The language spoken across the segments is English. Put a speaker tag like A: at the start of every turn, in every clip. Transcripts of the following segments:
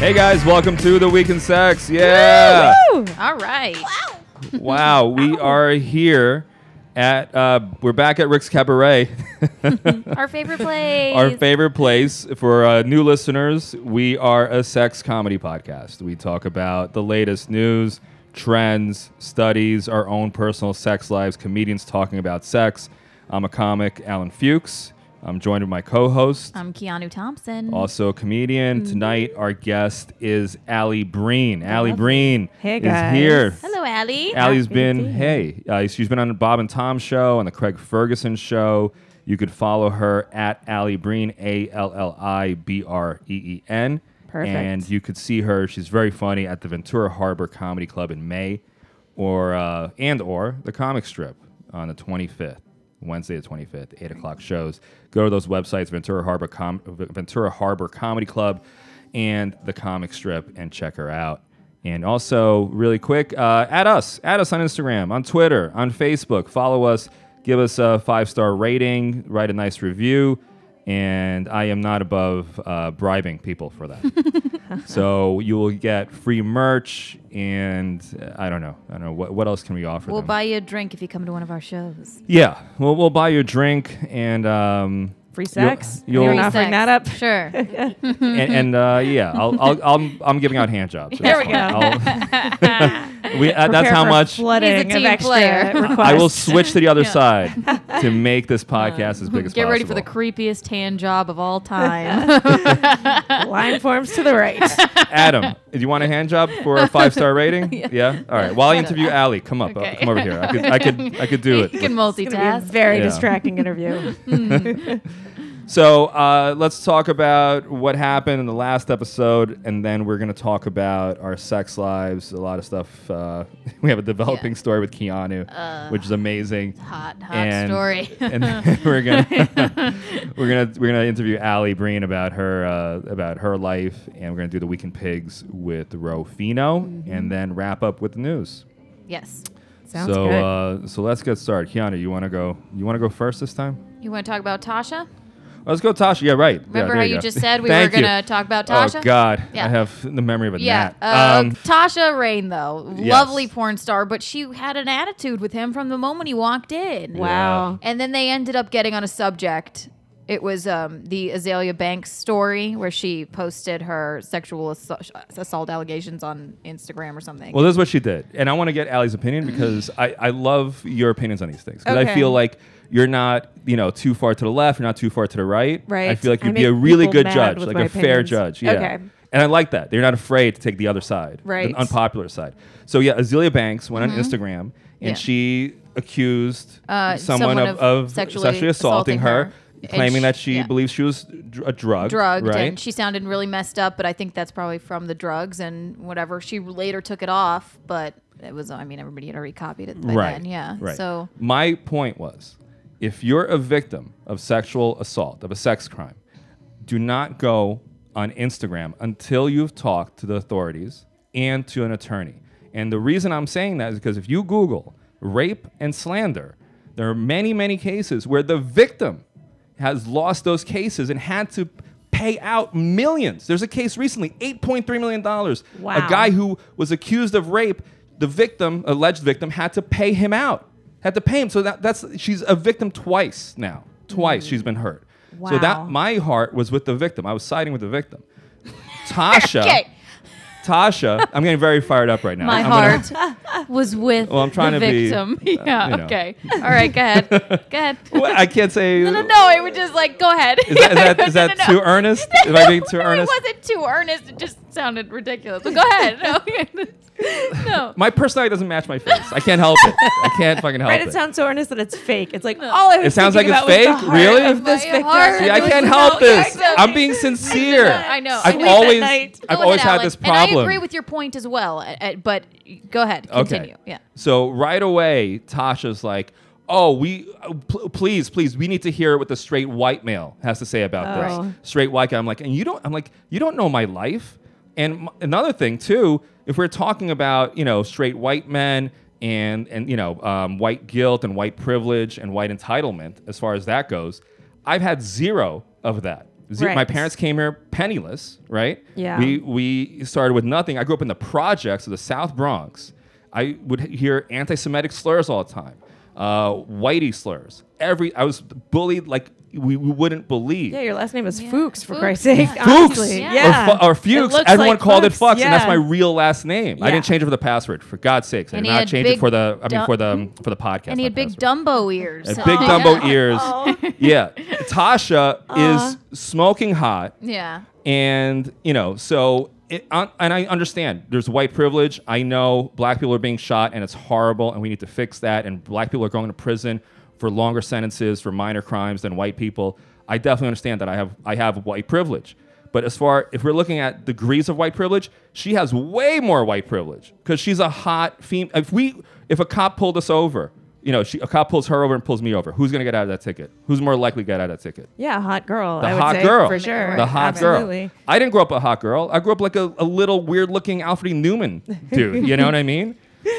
A: Hey guys, welcome to the Week in Sex. Yeah.
B: Woo! All right.
A: Wow, we are here at uh, we're back at Rick's Cabaret,
B: Our favorite place.
A: our favorite place for uh, new listeners. We are a sex comedy podcast. We talk about the latest news, trends, studies, our own personal sex lives, comedians talking about sex. I'm a comic, Alan Fuchs. I'm joined with my
C: Um,
A: co-host,
B: I'm Keanu Thompson.
A: also a comedian.
C: Mm-hmm.
A: Tonight, our guest is Allie Breen. Allie Breen
C: Hey,
A: is
C: guys.
A: here.
B: Hello, Allie.
A: Allie's been
C: to
A: hey, uh, she's been on the Bob and Tom show and the Craig Ferguson show. You could follow her at Allie Breen, A L L I B R E E N.
C: Perfect.
A: And you could see her; she's very funny at the Ventura Harbor Comedy Club in May, or uh, and or the Comic Strip on the 25th, Wednesday the 25th, eight o'clock shows. Go to those websites, Ventura Harbor Com- Ventura Harbor Comedy Club, and the Comic Strip, and check her out. And also, really quick, uh, at us, at us on Instagram, on Twitter, on Facebook. Follow us, give us a five star rating, write a nice review. And I am not above uh, bribing people for that. so you will get free merch, and uh, I don't know, I don't know what, what else can we offer.
B: We'll
A: them?
B: buy you a drink if you come to one of our shows.
A: yeah, we'll, we'll buy you a drink, and um,
C: Free
A: you'll-
C: sex?
A: You'll,
C: You're
B: Free
C: not
B: sex.
C: offering that up?
B: Sure.
A: and, and uh, yeah, I'll, I'll, I'll, I'm giving out hand jobs.
B: There we
A: go. we, uh, that's
C: Prepare
A: how
C: for
A: much.
C: flooding
B: He's a
C: of
B: team
C: extra
B: player.
C: requests.
A: I will switch to the other side to make this podcast as big as possible.
B: Uh, Get ready for the creepiest hand job of all time.
C: line forms to the right.
A: Adam, do you want a hand job for a five star rating? yeah. All right. While I interview Allie, come up. uh,
B: Okay.
A: come over here. I could, I could, I could do
B: you
A: it.
B: can
C: It's gonna be a
B: multitask.
C: very
A: Yeah.
C: distracting interview.
A: So uh, let's talk about what happened in the last episode, and then we're going to talk about our sex lives, a lot of stuff. Uh, we have a developing
B: Yeah.
A: story with Keanu, which is amazing.
B: Hot, hot
A: and,
B: story.
A: and then we're gonna we're gonna we're gonna interview Allie Breen about her uh, about her life, and we're gonna do the Weekend Pigs with Rofino,
B: Mm-hmm.
A: and then wrap up with the news.
B: yes.
C: Sounds
A: so
C: good.
A: Uh, so let's get started. Keanu, you wanna go? You wanna go first this time?
B: You want to talk about Tasha?
A: Let's go, Tasha. Yeah, right. Yeah,
B: Remember
A: there
B: how
A: you,
B: you
A: go.
B: just said we were
A: Thank you.
B: gonna talk about Tasha?
A: Oh God,
B: Yeah.
A: I have the memory of a
B: Yeah.
A: gnat.
B: Uh,
A: Um,
B: Tasha Rain, though.
A: Yes.
B: Lovely porn star, but she had an attitude with him from the moment he walked in.
C: wow.
B: And then they ended up getting on a subject. It was um, the Azalea Banks story where she posted her sexual assault, assault allegations on Instagram or something.
A: Well, this is what she did, and I want to get Allie's opinion because I, I love your opinions on these things because I
C: Okay.
A: feel like you're not you know too far to the left, you're not too far to the right. I
C: Right.
A: feel like
C: I
A: you'd be
C: make
A: a really
C: people
A: good
C: mad
A: judge,
C: with
A: like a
C: my
A: fair
C: opinions.
A: judge. Yeah.
C: Okay.
A: And I like that. They're not afraid to take the other side,
C: Right. Mm-hmm.
A: the unpopular side. So yeah, Azealia Banks went on Instagram and
B: Yeah.
A: she accused
B: Uh,
A: someone,
B: someone
A: of,
B: of
A: of sexually,
B: sexually assaulting
A: assaulting, her,
B: her. And
A: claiming
B: she-
A: that she
B: yeah.
A: believes she was dr- a drug,
B: drugged
A: right?
B: and she sounded really messed up, but I think that's probably from the drugs and whatever. She later took it off, but it was, I mean, everybody had already copied it by then. Yeah.
A: Right.
B: So,
A: my point was, if you're a victim of sexual assault of a sex crime, do not go on Instagram until you've talked to the authorities and to an attorney. And the reason I'm saying that is because if you Google rape and slander, there are many, many cases where the victim has lost those cases and had to pay out millions. There's a case recently, $8.3 million. A
C: Wow.
A: guy who was accused of rape, the victim, alleged victim, had to pay him out. Had to pay him. So that, that's she's a victim twice now. Twice she's been hurt. So
C: Wow.
A: that my heart was with the victim. I was siding with the victim. Tasha.
B: okay.
A: Tasha, I'm getting very fired up right now.
B: My
A: I'm gonna-
B: heart was with
A: Well, I'm trying
B: the
A: to be,
B: victim.
A: uh,
B: yeah.
A: you know.
B: Okay. All right. Go ahead. Go ahead.
A: Well, I can't say.
B: No, no, no. It was just like, go ahead.
A: Is that, is that, is that too earnest? Am I being too earnest?
B: It wasn't too earnest. It just sounded ridiculous. But go ahead. No. no.
A: My personality doesn't match my face. I can't help it. I can't fucking help
C: Right, it
A: it.
C: sounds so earnest that it's fake. It's like all I was
A: It sounds
C: thinking
A: like it's
C: about was
A: fake?
C: the heart
A: Really?
C: Of this
B: My
C: victim.
B: heart
A: See, I
B: was
A: can't
B: so-
A: help
B: yeah,
A: this.
B: exactly.
A: I'm being sincere.
B: I know.
A: I've
B: Sweet at
A: always,
C: night.
A: I've
B: Go
A: always
B: ahead,
A: had
B: Alan.
A: this problem.
B: And I agree with your point as well. uh, uh, but go ahead. Continue. Yeah.
A: So right away, Tasha's like, "Oh, we uh, pl- please, please, we need to hear what the straight white male has to say about
C: Oh.
A: this." Straight white guy. I'm like, and you don't. I'm like, you don't know my life. And m- another thing too, if we're talking about you know straight white men and and you know um, white guilt and white privilege and white entitlement, as far as that goes, I've had zero of that. Ze- My
C: Right.
A: parents came here penniless, right?
C: Yeah.
A: We we started with nothing. I grew up in the projects of the South Bronx. I would h- hear anti-Semitic slurs all the time, uh, whitey slurs. Every I was bullied like we, we wouldn't believe.
C: Yeah, your last name is Fuchs, for
B: Fuchs,
C: Christ's sake.
B: yeah.
A: Fuchs
C: honestly.
B: Yeah.
C: Yeah.
A: or, fu- or Fuchs.
C: looks
A: Everyone
C: like
A: called it
C: Fuchs,
A: Fuchs, and that's
C: yeah.
A: my real last name. I
C: Yeah.
A: didn't change it for the password. For God's sakes, I
B: And
A: did
B: he
A: not
B: had
A: change it
B: big
A: for the. I mean,
B: dum-
A: for the um, for the podcast.
B: And he
A: my
B: had big Oh.
A: password.
B: Dumbo ears.
A: And big Dumbo ears. Yeah, Tasha
B: Uh-huh.
C: Aw.
A: is smoking hot.
B: Yeah.
A: and you know so it, uh, and i understand there's white privilege i know black people are being shot and it's horrible and we need to fix that and black people are going to prison for longer sentences for minor crimes than white people i definitely understand that i have i have white privilege but as far if we're looking at degrees of white privilege she has way more white privilege because she's a hot female if we if a cop pulled us over you know she, a cop pulls her over and pulls me over who's going to get out of that ticket who's more likely to get out of that ticket
C: Yeah, hot girl.
A: the
C: I would
A: hot
C: say,
A: girl.
C: For sure.
A: The hot
C: Absolutely.
A: girl. I didn't grow up a hot girl. I grew up like a, a little weird looking Alfred E. Newman dude. you know what I mean?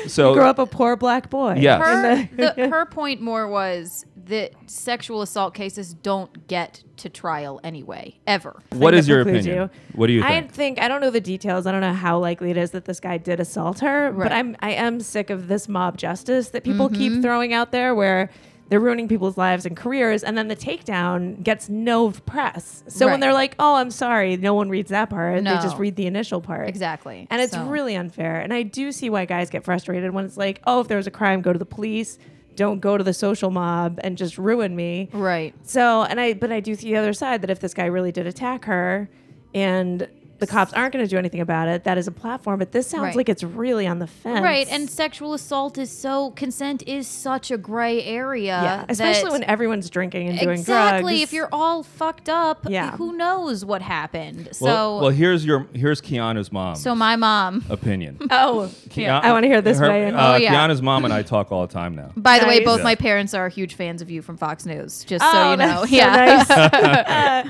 A: So
C: Grew up a poor black boy.
A: Yes.
B: Her,
C: In the-
B: the, her point more was that sexual assault cases don't get to trial anyway, ever.
A: what
C: thing
A: is
C: that
A: your
C: precludes
A: opinion?
C: you.
A: What do you
C: I
A: think?
C: think I don't know the details. I don't know how likely it is that this guy did assault her,
B: Right. Mm-hmm.
C: but I'm I am sick of this mob justice that people keep throwing out there where they're ruining people's lives and careers and then the takedown gets no press. So
B: Right.
C: when they're like, "Oh, I'm sorry," no one reads that part. They just
B: No.
C: read the initial part.
B: Exactly.
C: And it's
B: So-
C: really unfair. And I do see why guys get frustrated when it's like, "Oh, if there was a crime, go to the police. Don't go to the social mob and just ruin me."
B: Right.
C: So, and I, but I do see the other side that if this guy really did attack her and the cops aren't going to do anything about it, that is a platform. But this sounds
B: Right.
C: like it's really on the fence.
B: Right, and sexual assault is so consent is such a gray area.
C: yeah, especially
B: that-
C: when everyone's drinking and doing drugs.
B: exactly if you're all fucked up,
C: Yeah.
B: who knows what happened? So,
A: well, well, here's your here's Kiana's mom
B: so my mom.
A: opinion.
C: Oh,
B: Yeah.
A: Kiana-
C: I wanna hear this way in.
A: Uh,
B: Oh, yeah.
A: Kiana's mom and I talk all the time now.
B: By the way,
C: Nice.
B: both
A: Yeah.
B: my parents are huge fans of you from Fox News. Just so
C: oh,
B: you know,
C: that's so
B: yeah.
C: nice. Uh,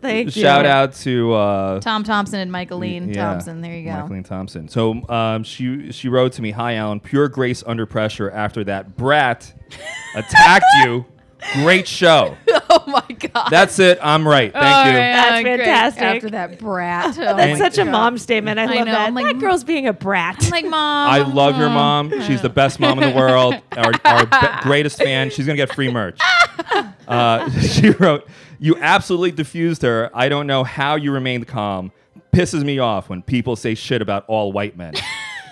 C: Thank you.
A: Shout out to uh,
B: Tom Thompson and Michaeline
A: Yeah.
B: Thompson. There you go.
A: Michaeline Thompson. So um, she she wrote to me, "Hi Alan, pure grace under pressure after that brat attacked you. Great show.
B: Oh my god.
A: That's it. I'm right. Thank you.
C: That's
B: great.
C: fantastic.
B: After that brat. Oh my
C: That's such a
B: God.
C: mom statement. I love
B: know.
C: that.
B: I'm like, "Mm."
C: that girl's being a brat.
B: I'm like mom.
A: I love your mom. She's the best mom in the world. Our, our be- greatest fan. She's gonna get free merch. Uh, she wrote, "You absolutely diffused her. I don't know how you remained calm. Pisses me off when people say shit about all white men.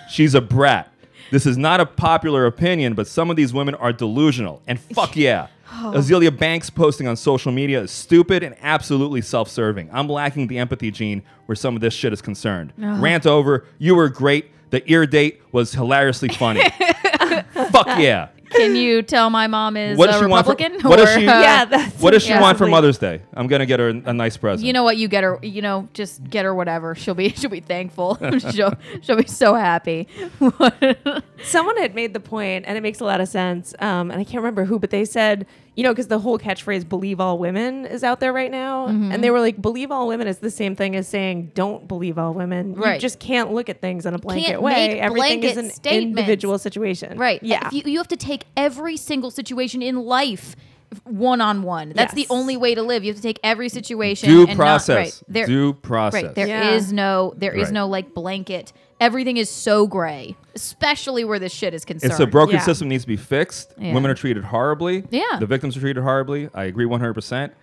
A: She's a brat. This is not a popular opinion, but some of these women are delusional. And fuck yeah."
B: Oh.
A: Azealia Banks posting on social media is stupid and absolutely self serving. I'm lacking the empathy gene where some of this shit is concerned. Rant over. You were great. The ear date was hilariously funny. Fuck yeah.
B: Can you tell my mom is
A: What
B: a
A: does she want for-
B: Republican?
A: what does
B: or,
A: she-
B: uh,
C: yeah, that's
A: What does she
B: Yeah.
A: want for
C: Absolutely.
A: Mother's Day? I'm gonna get her a, a nice present.
B: You know what? You get her. You know, just get her whatever. She'll be. She'll be thankful. she'll. She'll be so happy.
C: Someone had made the point, and it makes a lot of sense. Um, and I can't remember who, but they said, you know, because the whole catchphrase "believe all women" is out there right now,
B: Mm-hmm.
C: and they were like, "Believe all women" is the same thing as saying "don't believe all women." You
B: Right.
C: just can't look at things in a blanket
B: Can't
C: way.
B: make
C: Everything
B: blanket
C: is an
B: statements.
C: individual situation,
B: Right.
C: Yeah.
B: If you, you have to take every single situation in life one on one. That's
C: Yes.
B: the only way to live. You have to take every situation.
A: Due
B: and
A: process.
B: Not, right. There,
A: Due process.
B: Right. There is
C: Yeah.
B: no. There is
A: Right.
B: no like blanket. Everything is so gray, especially where this shit is concerned.
A: it's a broken
C: Yeah.
A: system needs to be fixed.
B: Yeah.
A: Women are treated horribly.
B: Yeah.
A: The victims are treated horribly. I agree 100. percent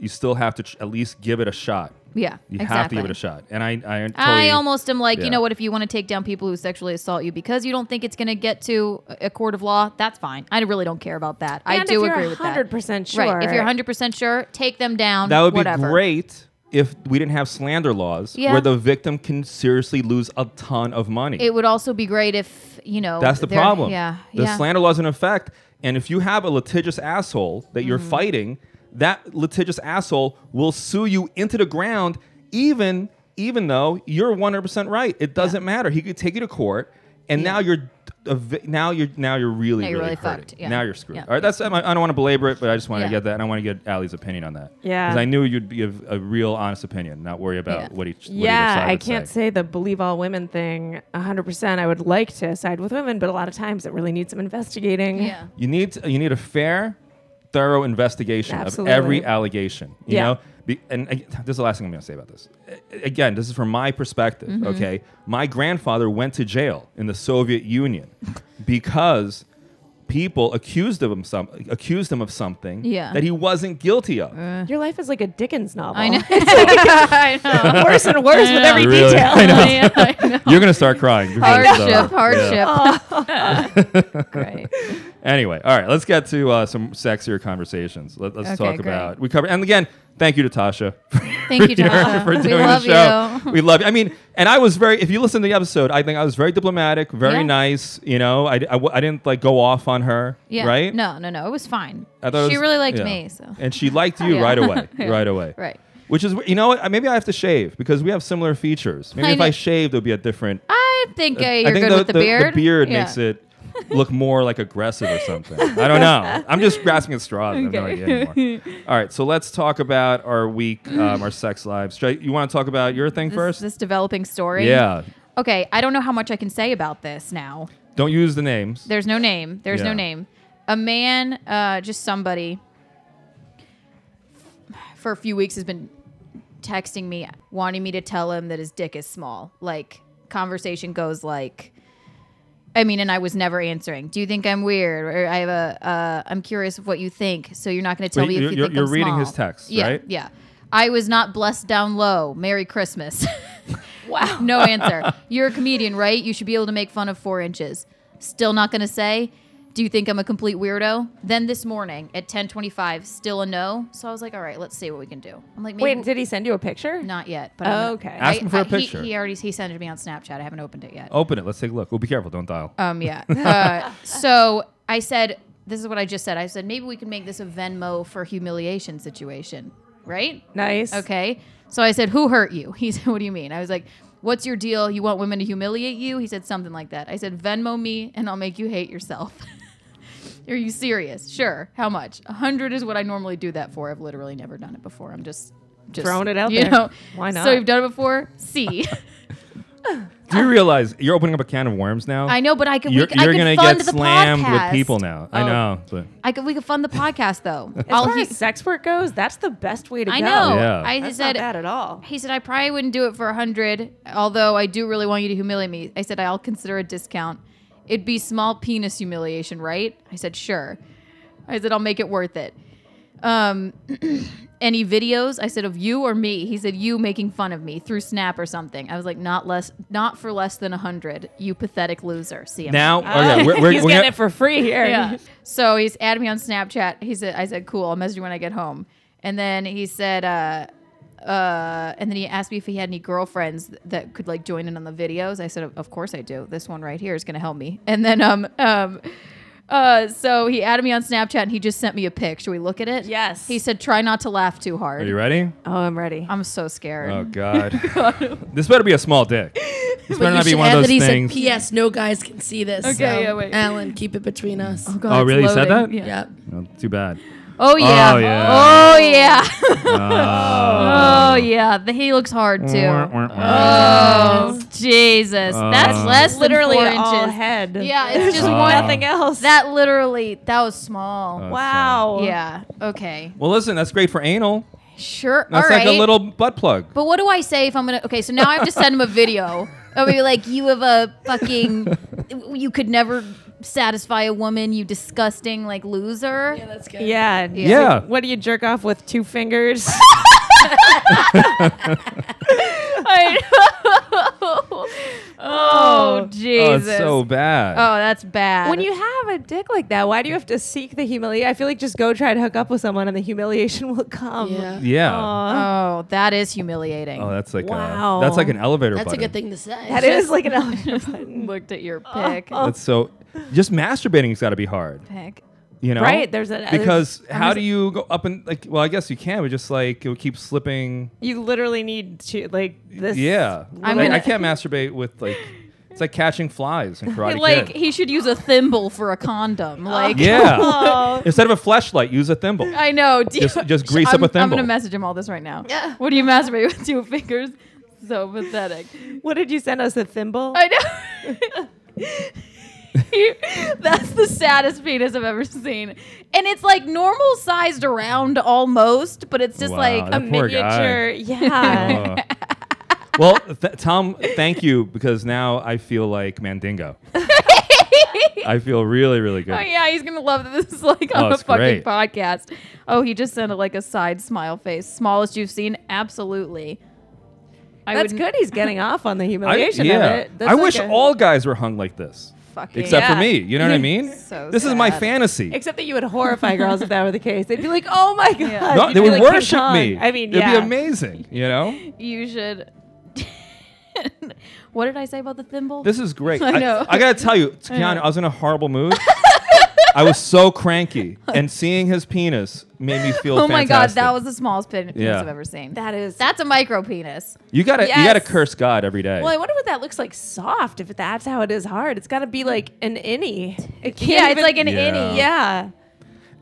A: You still have to tr- at least give it a shot.
B: Yeah,
A: You have to
B: exactly.
A: give it a shot. And I, I totally.
B: I almost am like,
A: yeah.
B: you know what? If you want to take down people who sexually assault you because you don't think it's going to get to a a court of law, that's fine. I really don't care about that. I
C: And
B: do
C: if you're
B: agree with that.
C: 100%
B: Right. If
C: sure.
B: you're 100% sure, take them down.
A: That would be
B: whatever.
A: great if we didn't have slander laws
B: Yeah.
A: where the victim can seriously lose a ton of money.
B: It would also be great if, you know.
A: That's the
B: they're-
A: problem.
B: Yeah.
A: The
B: yeah.
A: slander law's in effect. And if you have a litigious asshole that you're
B: Mm-hmm.
A: fighting, that litigious asshole will sue you into the ground, even even though you're 100% right. It doesn't matter. He could take you to court, and now you're a vi- now you're now you're really
B: Now you're
A: really,
B: really
A: hurting.
B: fucked, yeah.
A: Now you're screwed.
B: Yeah.
A: All right, that's I don't want to belabor it, but I just want to
B: Yeah.
A: get that, and I want to get Ali's opinion on that.
C: Yeah.
A: because I knew you'd give a real honest opinion, not worry about
B: Yeah.
A: what each. What either
C: yeah,
A: side
C: I
A: would
C: can't
A: say.
C: say. the believe all women thing 100%. I would like to side with women, but a lot of times it really needs some investigating.
B: Yeah.
A: You need you need a fair, thorough investigation
C: Absolutely.
A: of every allegation. You
C: Yeah.
A: know, Be- and ag- this is the last thing I'm going to say about this. A- Again, this is from my perspective.
B: Mm-hmm.
A: Okay, my grandfather went to jail in the Soviet Union because people accused of him some accused him of something
B: Yeah.
A: that he wasn't guilty of.
C: Your life is like a Dickens novel.
B: I know. I know.
C: worse and worse with every
A: Really?
C: detail.
A: I know.
B: Yeah, I know.
A: You're gonna start crying. before this is over.
B: Hardship,
A: Yeah.
B: hardship.
C: Great.
A: Anyway, all right, let's get to uh, some sexier conversations. Let, us
B: Okay,
A: talk
B: great.
A: about we covered. And again, thank you to Tasha.
B: Thank you, Tasha.
A: for doing
B: we love
A: the show.
B: you.
A: We love you. I mean, and I was very. If you listen to the episode, I think I was very diplomatic, very
B: Yeah.
A: nice. You know, I, I, w- I didn't like go off on her.
B: Yeah.
A: Right.
B: No, no, no. It was fine.
A: I thought it
B: she
A: was-
B: really liked
A: yeah.
B: me. So.
A: And she liked you
B: Yeah.
A: right away.
B: Yeah.
A: Right away.
B: Right.
A: Which is, you know what? Maybe I have to shave because we have similar features. Maybe
B: I
A: if
B: know.
A: I shaved, it would be a different.
B: I think uh,
A: I
B: you're
A: think
B: good with the, beard.
A: The beard
B: Yeah.
A: makes it look more like aggressive or something. I don't know. I'm just grasping at straws. I have no idea anymore. All right, so let's talk about our week, um, our sex lives. Should I- You want to talk about your thing
B: This,
A: first?
B: this developing story.
A: yeah.
B: Okay, I don't know how much I can say about this now.
A: Don't use the names.
B: There's no name. There's
A: Yeah.
B: no name. A man, uh, just somebody, for a few weeks has been texting me, wanting me to tell him that his dick is small. Like, conversation goes like, I mean, and I was never answering. Do you think I'm weird? Or I have a, uh, I'm curious of what you think. So you're not going to tell
A: Wait,
B: me if you
A: you're- you're-
B: think
A: you're
B: I'm
A: reading
B: small.
A: his text,
B: yeah,
A: right?
B: Yeah. I was not blessed down low. Merry Christmas. wow. No answer. You're a comedian, right? You should be able to make fun of four inches. Still not going to say. Do you think I'm a complete weirdo? Then this morning at 10:25, still a no. So I was like, all right, let's see what we can do. I'm like, maybe
C: Wait, did he send you a picture?
B: not yet. But
C: Oh,
B: I'm
C: okay.
B: I-
A: Ask him for a
B: I- he-
A: picture. Oh.
B: He, already he sent it to me on Snapchat. I haven't opened it yet.
A: Open it. Let's take a look. Well, be careful. Don't dial.
B: Um, yeah. Uh, so I said, this is what I just said. I said, maybe we can make this a Venmo for humiliation situation, right?
C: Nice.
B: Okay. So I said, who hurt you? He said, what do you mean? I was like, what's your deal? You want women to humiliate you? He said something like that. I said, Venmo me and I'll make you hate yourself. Are you serious? Sure. How much? A hundred is what I normally do that for. I've literally never done it before. I'm just, just
C: Throwing it out
B: you
C: there.
B: Know?
C: Why not?
B: So you've done it before? See.
A: Do you realize you're opening up a can of worms now?
B: I know, but I could.
A: You're,
B: we, could- I
A: you're
B: could
A: gonna
B: fund
A: get
B: the
A: slammed
B: podcast.
A: with people now. I
C: Oh.
A: know. But
B: I could. We could fund the podcast though.
C: As
B: I'll-
C: far
B: he-
C: as sex work goes, that's the best way to
B: I
C: go.
B: know.
A: Yeah.
B: I
C: That's
B: said.
C: not bad at all.
B: He said I probably wouldn't do it for a hundred, although I do really want you to humiliate me. I said I'll consider a discount. It'd be small penis humiliation, right? I said sure. I said I'll make it worth it. Um, any videos? I said of you or me. He said you making fun of me through Snap or something. I was like not less, not for less than a hundred. You pathetic loser. See you.
A: now, okay, we're, we're,
C: He's
A: we're
C: getting
A: gonna-
C: it for free here.
B: yeah. So he's added me on Snapchat. He said, I said, cool. I'll message you when I get home. And then he said, uh, uh, and then he asked me if he had any girlfriends that could like join in on the videos. I said, of of course I do. This one right here is going to help me. And then, um, um, uh, so he added me on Snapchat and he just sent me a pic. Should we look at it?
C: Yes.
B: He said, try not to laugh too hard.
A: Are you ready?
C: Oh, I'm ready.
B: I'm so scared.
A: Oh God. this better be a small dick. This better
D: you
A: not be
D: should
A: one
D: add
A: of
D: that he
A: those things.
D: Said, P.S. No guys can see this. Okay,
B: yeah, wait.
D: Alan, keep it between us.
B: God,
A: Oh,
B: it's
A: really? He said
B: loading.
A: that?
B: Yeah.
D: Yep.
A: No, too bad.
B: Oh yeah.
A: Oh,
B: Oh
A: yeah.
B: yeah. Oh yeah. The, he looks hard Oh, too.
A: Wah, wah,
B: Oh Jesus. That's
A: Oh.
B: less than
C: Literally
B: four
C: all
B: inches.
C: head.
B: Yeah, it's just
A: Oh.
B: one.
C: Nothing else.
B: That literally. That was small.
A: Oh.
C: wow.
B: Yeah. Okay.
A: Well, listen, that's great for anal.
B: Sure.
A: That's
B: all
A: like
B: right.
A: a little butt plug.
B: But what do I say if I'm gonna? Okay, so now I have to send him a video. I'll be like, "You have a fucking, you could never satisfy a woman. You disgusting like loser."
D: Yeah, that's good.
C: Yeah.
A: Yeah.
C: What do you jerk off with two fingers?
B: I know.
C: Oh,
B: Oh,
A: Oh,
B: Jesus.
A: it's so bad.
B: Oh, that's bad.
C: when you have a dick like that, why do you have to seek the humiliation? I feel like just go try to hook up with someone and the humiliation will come.
D: Yeah.
A: Yeah.
C: Aw.
B: oh, that is humiliating.
A: Oh, that's like
C: Wow.
A: a, that's like an elevator.
D: That's a
A: button.
D: good thing to say.
C: That is like an elevator button.
B: Looked at your pick.
A: That's so. Just masturbating's got to be hard,
B: pick.
A: you know?
C: Right, there's a-
A: because
C: there's-
A: how do you go up and like? Well, I guess you can, but just like it would keep slipping.
C: You literally need to like this.
A: Yeah,
B: I'm
A: Like,
B: gonna-
A: I can't masturbate with like. It's like catching flies in karate.
B: Like
A: Kid.
B: he should use a thimble for a condom. Like
A: yeah.
C: Oh.
A: Instead of a flashlight, use a thimble.
B: I know. Do
A: Just- just grease up
B: I'm,
A: a
B: I'm
A: thimble.
B: gonna message him all this right now.
D: Yeah.
B: What do you masturbate with two fingers? So pathetic.
C: What did you send us? A thimble?
B: I know. That's the saddest penis I've ever seen. And it's like normal sized around almost, but it's just
A: Wow,
B: like
A: that
C: a
A: poor guy.
C: miniature. Yeah.
A: Uh, well, th- Tom, thank you because now I feel like Mandingo. I feel really, really good.
B: Oh yeah, he's gonna love that this is like on
A: Oh,
B: the
A: it's
B: fucking
A: great.
B: podcast. Oh, he just sent like a side smile face, smallest you've seen. Absolutely, I
C: That's
B: would-
C: good. He's getting off on the
A: I,
C: humiliation
A: yeah.
C: of it. That's
A: I
C: like
A: wish
C: a-
A: all guys were hung like this,
B: Fucking
A: except for
C: Yeah.
A: me. You know what I mean?
B: So
A: this is my
B: sad.
A: fantasy.
C: Except that you would horrify girls if that were the case. They'd be like, "Oh my god!"
B: Yeah.
A: No,
C: You'd
A: they
C: be
A: would
C: like, King
A: worship
C: Kong.
A: me.
C: I mean,
A: it'd
C: yeah.
A: be amazing. You know,
B: You should. what did I say about the thimble?
A: this is great.
B: I know.
A: I, gotta tell you, Keanu, I was in a horrible mood. I was so cranky, and seeing his penis made me feel.
B: oh my god,
A: fantastic.
B: that was the smallest pen- penis
A: Yeah.
B: I've ever seen.
C: That is.
B: That's a micro penis.
A: You gotta, you gotta
C: Yes.
A: curse God every day.
C: well, I wonder what that looks like soft. If that's how it is hard, it's got to be like an innie. It can't
B: Yeah, it's
C: even-
B: like an
A: Yeah.
B: innie. Yeah.
C: yeah.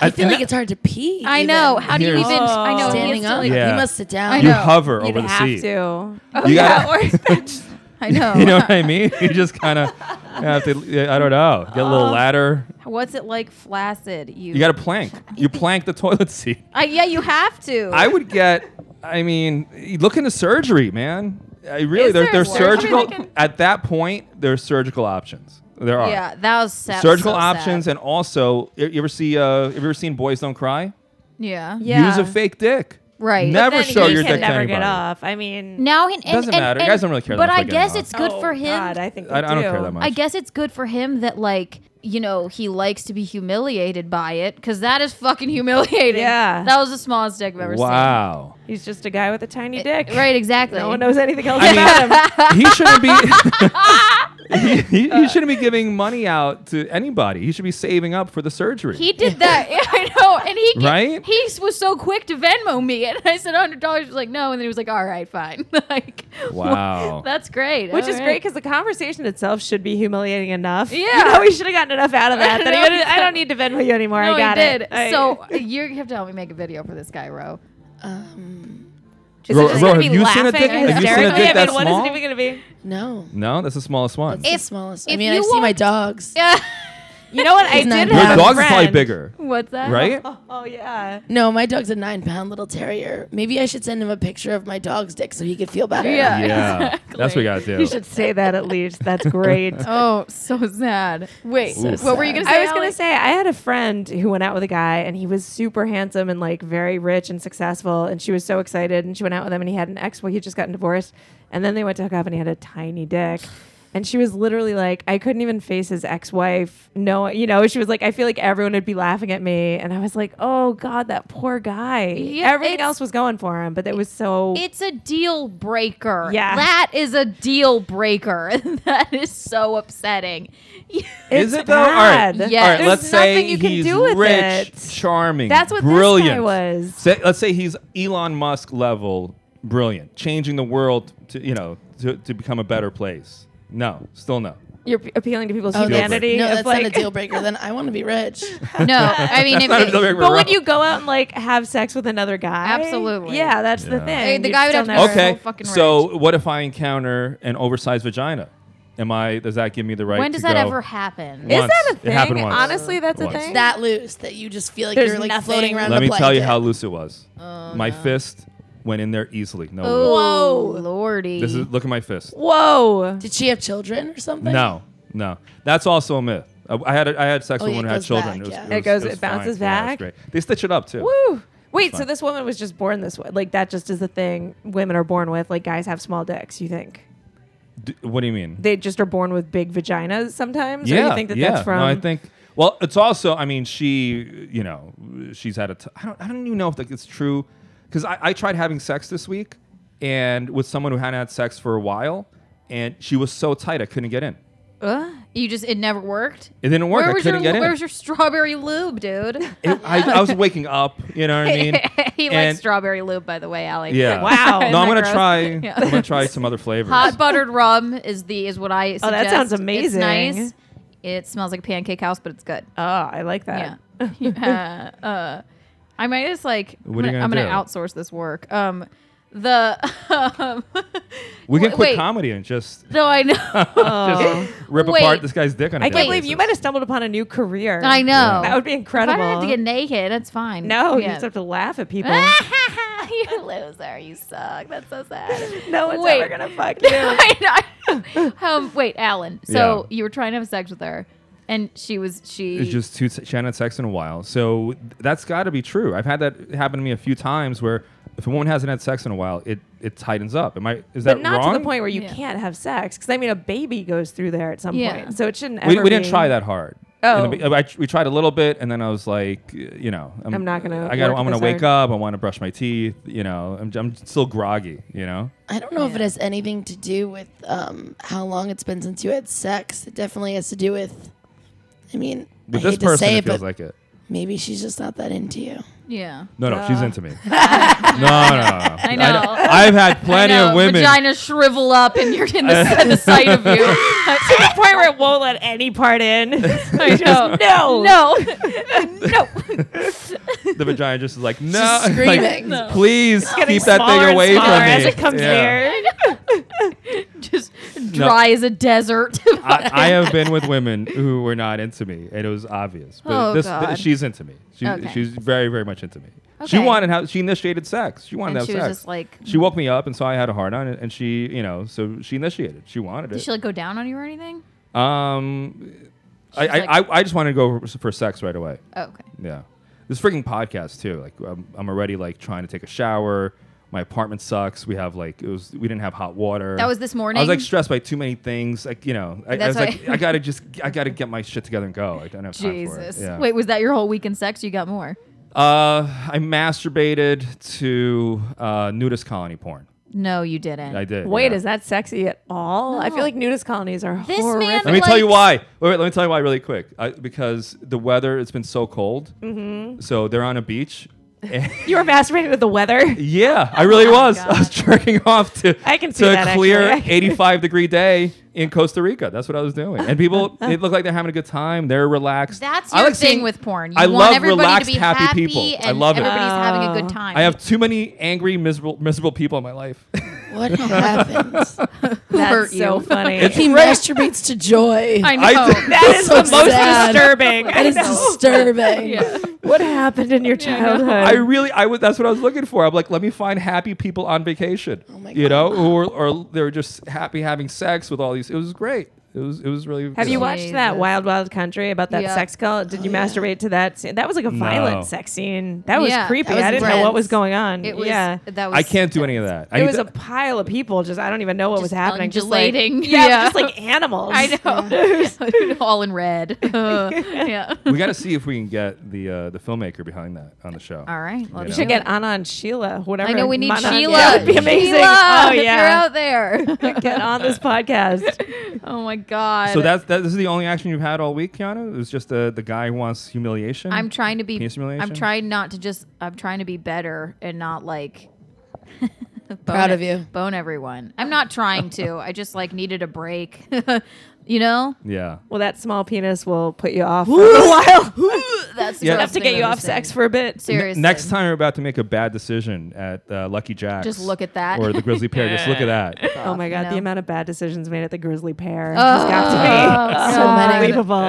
D: I
A: And-
D: feel
A: and
D: like
A: that-
D: it's hard to pee.
B: I
D: even.
B: know. How do you
A: Here's-
B: even? Oh. I know.
D: Standing
B: it's still-
D: up,
A: Yeah.
D: you must sit down.
B: I
A: You
B: know.
A: hover
C: You'd
A: over the
C: have
A: seat.
C: to. Oh,
A: You
C: yeah.
A: gotta-
C: or
B: I know.
A: You know what I mean? You just kind of have to. I don't know. Get a
B: Oh.
A: little ladder.
B: What's it like flaccid? You.
A: You got to plank. You plank the toilet seat.
B: I, yeah, you have to.
A: I would get. I mean, you look into surgery, man. I really,
B: Is
A: there,
B: there
A: there's
B: surgery?
A: surgical.
B: I mean, they can-
A: at that point, there's surgical options. There are.
B: Yeah, that was sad.
A: Surgical
B: so sad.
A: options, and also, you you ever see? Uh, have you ever seen Boys Don't Cry?
B: Yeah.
C: Yeah.
A: Use a fake dick.
B: Right. But
A: Never
C: then
A: show
C: he
A: your
C: can
A: dick to
C: never
A: anybody.
C: get off. I mean,
B: Now and, and
A: Doesn't
B: and-
A: matter.
B: and-
A: Guys don't really care that
B: But
A: much
B: I
A: about
B: guess
A: getting
B: it's good
C: Oh,
B: for him.
C: God, I think
A: I, I
C: they
A: don't
C: do.
A: care that much.
B: I guess it's good for him that like you know he likes to be humiliated by it because that is fucking humiliating.
C: Yeah.
B: that was the smallest dick I've ever
A: Wow.
C: He's just a guy with a tiny
B: seen.
C: dick.
B: Right, exactly.
C: No one knows anything else
A: I
C: about him.
A: mean, he shouldn't be. he, he- he shouldn't be giving money out to anybody. He should be saving up for the surgery.
B: He did that. Yeah, I know. And he
A: Right?
B: he s- was so quick to Venmo me, and I said hundred dollars. He was like, no, and then he was like, all right, fine. like,
A: Wow.
B: that's great.
C: Which
B: All
C: is
B: right.
C: great because the conversation itself should be humiliating enough.
B: Yeah.
C: you know, we should have gotten enough out of that. That
B: No,
C: I,
B: you
C: I don't need to Venmo you anymore.
B: No,
C: I got
B: he did.
C: it. I-
B: so uh, you have to help me make a video for this guy, Ro.
D: Um,
C: is
A: Ro-
C: it just
A: Ro,
C: gonna
A: have
C: be
A: you seen a dick-
C: laughing
D: have you seen a
C: hysterically?
A: dick
C: I mean,
A: that
C: what is
A: small?
C: it even gonna be?
D: no.
A: no, that's the smallest one.
D: It's
B: If-
D: the smallest. I
B: if
D: mean,
B: you
D: I see my
B: want-
D: dogs.
B: Yeah.
C: You know what? I
D: He's
C: did
D: not
A: Your
D: Yeah.
C: have. a
A: dog's is probably
C: friend-
A: bigger,
B: What's that?
A: right?
C: Oh, oh, yeah.
D: No, my dog's a nine pound little terrier. Maybe I should send him a picture of my dog's dick so he could feel better.
B: Yeah.
A: Yeah, that's what
B: exactly.
A: you gotta do.
C: You should say that at least. That's great.
B: Oh, so sad. Wait,
A: So
B: what were you
D: sad.
B: gonna say?
C: I was
B: Allie?
C: gonna say I had a friend who went out with a guy and he was super handsome and like very rich and successful and she was so excited and she went out with him and he had an ex well he just gotten divorced and then they went to hook up and he had a tiny dick and she was literally like I couldn't even face his ex-wife no you know she was like I feel like everyone would be laughing at me and I was like oh god that poor guy
B: Yeah,
C: everything
B: it's-
C: else was going for him but it was so
B: It's a deal breaker.
C: Yeah.
B: That is a deal breaker. that is so upsetting.
A: is
C: it's
A: it though? All right.
C: bad.
B: Yeah.
A: All right.
B: There's
A: let's
C: nothing
A: say
C: you can
A: he's
C: do with
A: rich,
C: it.
A: charming.
C: That's what this guy
A: brilliant.
C: was.
A: Say, let's say he's Elon Musk level brilliant, changing the world to you know to, to become a better place. No, still no.
C: you're p- appealing to people's
D: Oh, that's-
C: humanity
D: No,
C: of,
D: that's not a
C: like-
D: deal breaker. Then I want to be rich.
B: No, I mean, if
A: not a
B: it-
A: deal breaker.
C: But when
A: Row.
C: you go out and like have sex with another guy,
B: Absolutely.
C: yeah, that's the
A: Yeah.
B: Hey,
C: thing.
B: the
C: You'd
B: guy would
C: still
B: have to
C: never-
B: be
A: Okay.
B: so fucking
A: So, what if I encounter an oversized vagina? Am I? Does that give me the right?
B: when does
A: to
B: that
A: go-
B: ever happen?
A: What?
C: Is
A: once.
C: that a
A: It
C: thing?
A: happened once.
C: Honestly, that's
A: Once.
C: a thing.
D: that loose that you just feel like
C: There's
D: you're like
C: nothing-
D: floating around.
A: Let
D: the
A: me tell you
D: blanket.
A: how loose it was. my fist went in there easily. No.
B: Oh,
A: lube.
C: Whoa.
B: lordy.
A: This is look at my fist.
C: Whoa.
D: Did she have children or something?
A: No, no, that's also a myth. Uh, I, I had a, I had sex
D: Oh,
A: with
D: yeah,
A: one
D: it
A: who had
D: goes
A: children.
D: back, yeah.
C: It goes- it
A: was
C: bounces
A: fine. Yeah, it was
C: back.
A: great. They stitch it up too.
C: Woo. Wait, so
A: fine.
C: this woman was just born this way. Like that just is the thing women are born with. Like guys have small dicks, you think?
A: D- what do you mean?
C: They just are born with big vaginas sometimes? Or
A: yeah,
C: you think that
A: yeah.
C: that's from
A: No, I think. Well, it's also. I mean, she. You know, she's had a. T- I don't. I don't even know if like, it's true, because I, I tried having sex this week, and with someone who hadn't had sex for a while, and she was so tight I couldn't get in.
C: Ugh.
B: you just, it never worked?
A: It didn't work.
B: Where
A: I
B: was your
A: couldn't get in.
B: where was your strawberry lube, dude?
A: It- I, I was waking up. You know what I mean?
B: he
A: And-
B: likes strawberry lube, by the way, Allie.
A: Yeah.
C: Wow.
A: No, I'm
B: Isn't that
A: gonna
B: gross?
A: try.
B: Yeah.
A: I'm gonna try some other flavors.
B: Hot buttered rum is the is what I.
C: Oh, that
B: suggest.
C: sounds
B: It's
C: amazing.
B: nice. It smells like a pancake house, but it's good.
C: Oh, I like that.
B: Yeah. yeah. Uh, I might just like
A: What are you
B: I'm
A: gonna
B: gonna
A: do?
B: outsource this work. Um, the um,
A: We can
B: Wait,
A: quit
B: wait.
A: comedy and just,
B: No, I know.
A: just rip
B: Wait.
A: apart this guy's dick on a
C: I can't
A: daily
C: believe you
A: basis.
C: might have stumbled upon a new career.
B: I know.
C: That would be
B: If
C: incredible.
B: I don't have to get naked. That's fine.
C: no, you
B: Yeah. Ah!
C: just have to laugh at people.
B: you loser. You suck. That's so sad.
C: no one's
B: Wait.
C: ever gonna fuck you.
B: I know. um, wait, Alan. So
A: Yeah.
B: you were trying to have sex with her, and she was she.
A: It's just two Shannon sex in a while. So th- that's got to be true. I've had that happen to me a few times where if a woman hasn't had sex in a while, it, it tightens up. Am I is that
C: But not
A: wrong?
C: to the point where you
B: Yeah.
C: can't have sex, because I mean, a baby goes through there at some
B: Yeah.
C: point, so it shouldn't.
A: we,
C: ever
A: we didn't
C: be-
A: try that hard.
C: Oh.
A: In the be- I tr- we tried a little bit, and then I was like, uh, you know, I'm,
C: I'm not gonna
A: I got.
C: work
A: I'm gonna
C: this
A: wake up. I want to brush my teeth. You know, I'm, I'm still groggy. You know,
D: I don't know if it
B: Yeah.
D: has anything to do with um, how long it's been since you had sex. It definitely has to do with. I mean,
A: with
D: I
A: this
D: hate to
A: person,
D: say
A: it
D: it,
A: feels
D: but
A: like it.
D: maybe she's just not that into you.
B: yeah.
A: No, no, she's
C: Uh.
A: into me. no, no, no, no. I
B: know.
A: I've had plenty
B: I know,
A: of women.
B: Vagina shrivel up, and you're in the, in the sight of you.
C: to the point where it won't let any part in. I
B: know.
C: No.
B: no, no.
A: the vagina just is like, no, like,
D: screaming. No.
A: please keep that
C: smaller
A: thing
C: and
A: away from me.
C: smaller as it comes
A: Yeah.
C: near.
B: Just dry as a desert.
A: I, I have been with women who were not into me, and it was obvious. But
B: Oh,
A: this,
B: God.
A: th- she's into me. She,
B: Okay.
A: She's very, very much into me. She
B: Okay.
A: wanted how she initiated sex. She wanted
B: and
A: to have
B: she was
A: sex.
B: just like,
A: she woke me up and saw I had a hard on, and and she, you know, so she initiated. She wanted
B: did
A: it.
B: she like go down on you or anything?
A: um, I,
B: She's
A: I,
B: like-
A: I, I just wanted to go for- for sex right away.
B: Oh, okay.
A: Yeah. This freaking podcast too. Like I'm, I'm already like trying to take a shower. My apartment sucks. We have like it was we didn't have hot water.
B: That was this
A: I
B: morning?
A: was like stressed by too many things. Like you know, I, I was
B: That's
A: like
B: why-
A: I gotta just I gotta get my shit together and go. I don't have time
B: Jesus.
A: for it. Yeah.
B: Wait, was that your whole weekend sex? You got more?
A: Uh, I masturbated to uh, nudist colony porn.
B: No, you didn't.
A: I did.
C: Wait,
A: yeah.
C: is that sexy at all? I feel
B: No.
C: like nudist colonies are
B: This
C: horrific.
B: man-
A: Let me tell you why.
B: likes-
A: Wait, wait, let me tell you why really quick. I, because the weather, it's been so cold. Mm-hmm. So they're on a beach. and-
C: you were masturbating with the weather.
A: Yeah, I really was.
B: Oh God.
A: I was jerking off to
C: I can see
A: to
C: that,
A: a clear
C: actually.
A: 85 degree day in Costa Rica. That's what I was doing. And people, they look like they're having a good time. They're relaxed.
B: That's
A: I
B: your
A: like
B: thing
A: seeing-
B: with porn. You
A: I
B: want
A: love
B: everybody
A: relaxed,
B: to be
A: happy,
B: happy
A: people.
B: and
A: I love it.
B: everybody's having a
C: Oh.
B: good time.
A: I have too many angry, miserable, miserable people in my life.
D: What happened?
C: That's
B: hurt you.
C: so funny.
D: he masturbates to joy.
B: I know.
A: I did-
C: that is the
D: so
C: most
D: sad.
C: disturbing.
D: that is disturbing.
B: yeah.
C: what happened in your
B: I know.
C: childhood?
A: I really, I would. That's what I was looking for. I'm like, let me find happy people on vacation. Oh
D: my
A: You
D: God.
A: know, who were, or they were just happy having sex with all these. It was great. It was, it was really.
C: have you
A: know.
C: watched that
B: Jesus.
C: Wild Wild Country about that
B: Yeah. Oh,
C: sex cult? Did you masturbate to that? Scene? That was like a
A: No.
C: violent sex scene. That was
B: Yeah.
C: creepy.
D: That was
C: I didn't know
D: intense.
C: what was going on.
B: It was.
C: yeah.
B: That was.
A: I can't do any of that. I
C: it
A: need
C: was
A: to-
C: a pile of people. Just I don't even know what was
B: Just
C: happening.
B: undulating.
C: Just like, yeah,
B: Yeah.
C: just like animals.
B: I know. All in red. Uh, yeah.
A: we got to see if we can get the uh, the filmmaker behind that on the show.
B: All right. Let's
A: You
C: We
A: know?
C: should get Anna and Sheila. Whatever.
B: I know we need
C: Mana-
B: Sheila.
C: That would be amazing.
B: Sheila,
C: oh
B: if
C: yeah.
B: you're out there.
C: Get on this podcast.
B: oh my god.
A: So that's that. This is the only action you've had all week, Kiana. It was just uh, the the guy who wants humiliation.
B: I'm trying to be.
A: Penis humiliation?
B: I'm trying not to just. I'm trying to be better and not like. bone e-,
D: Proud of you.
B: Bone everyone. I'm not trying to. I just like needed a break. you know.
A: Yeah.
C: Well, that small penis will put you off for a little while.
B: That's
A: Yeah.
B: what
A: Have
C: Enough to get you off sex for a bit.
A: Ne-
B: Seriously.
A: next time you're about to make a bad decision at uh, Lucky Jack's,
B: Just look at that.
A: or the Grizzly Pear. Just look at that.
C: Oh my god,
B: No.
C: the amount of bad decisions made at the Grizzly Pear oh,
B: Oh,
C: has got to be
D: so many.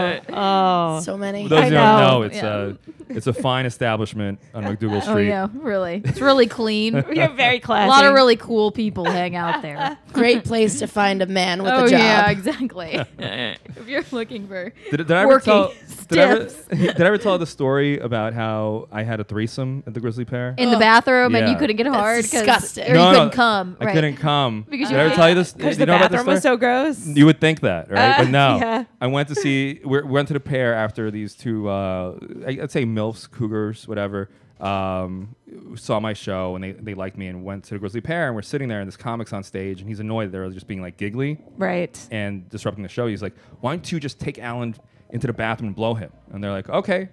C: unbelievable. Oh,
D: So many.
A: For those
C: I
A: who don't
C: know.
A: know, it's a it's a fine establishment on McDougal
B: Oh
A: Street.
B: yeah, really. It's really clean. a
C: you're very classy.
B: lot of really cool people hang out there.
D: Great place to find a man with
B: oh
D: a job.
B: yeah, exactly. if you're looking for
A: Did, did I ever
B: Working
A: tell? Did I ever,
B: stiffs.
A: did I ever tell the story about how I had a threesome at the Grizzly Pear?
B: in the bathroom and you
A: Yeah.
B: couldn't get hard because
D: disgusting.
B: or you couldn't come.
A: I
B: right.
A: couldn't come.
B: Because
A: did
B: you
A: I ever
B: can't-
A: tell you this? You
C: because the
A: know about this
C: bathroom was
A: story?
C: so gross.
A: You would think that, right?
C: Uh,
A: but no.
C: yeah.
A: I went to see. We're, we went to the pair after these two. Uh, I, I'd say milfs, cougars, whatever. Um, saw my show and they, they liked me and went to the Grizzly Pair and we're sitting there and this comic's on stage and he's annoyed that they're just being like giggly
C: right.
A: and disrupting the show. He's like, "Why don't you just take Alan into the bathroom and blow him?" And they're like, "Okay."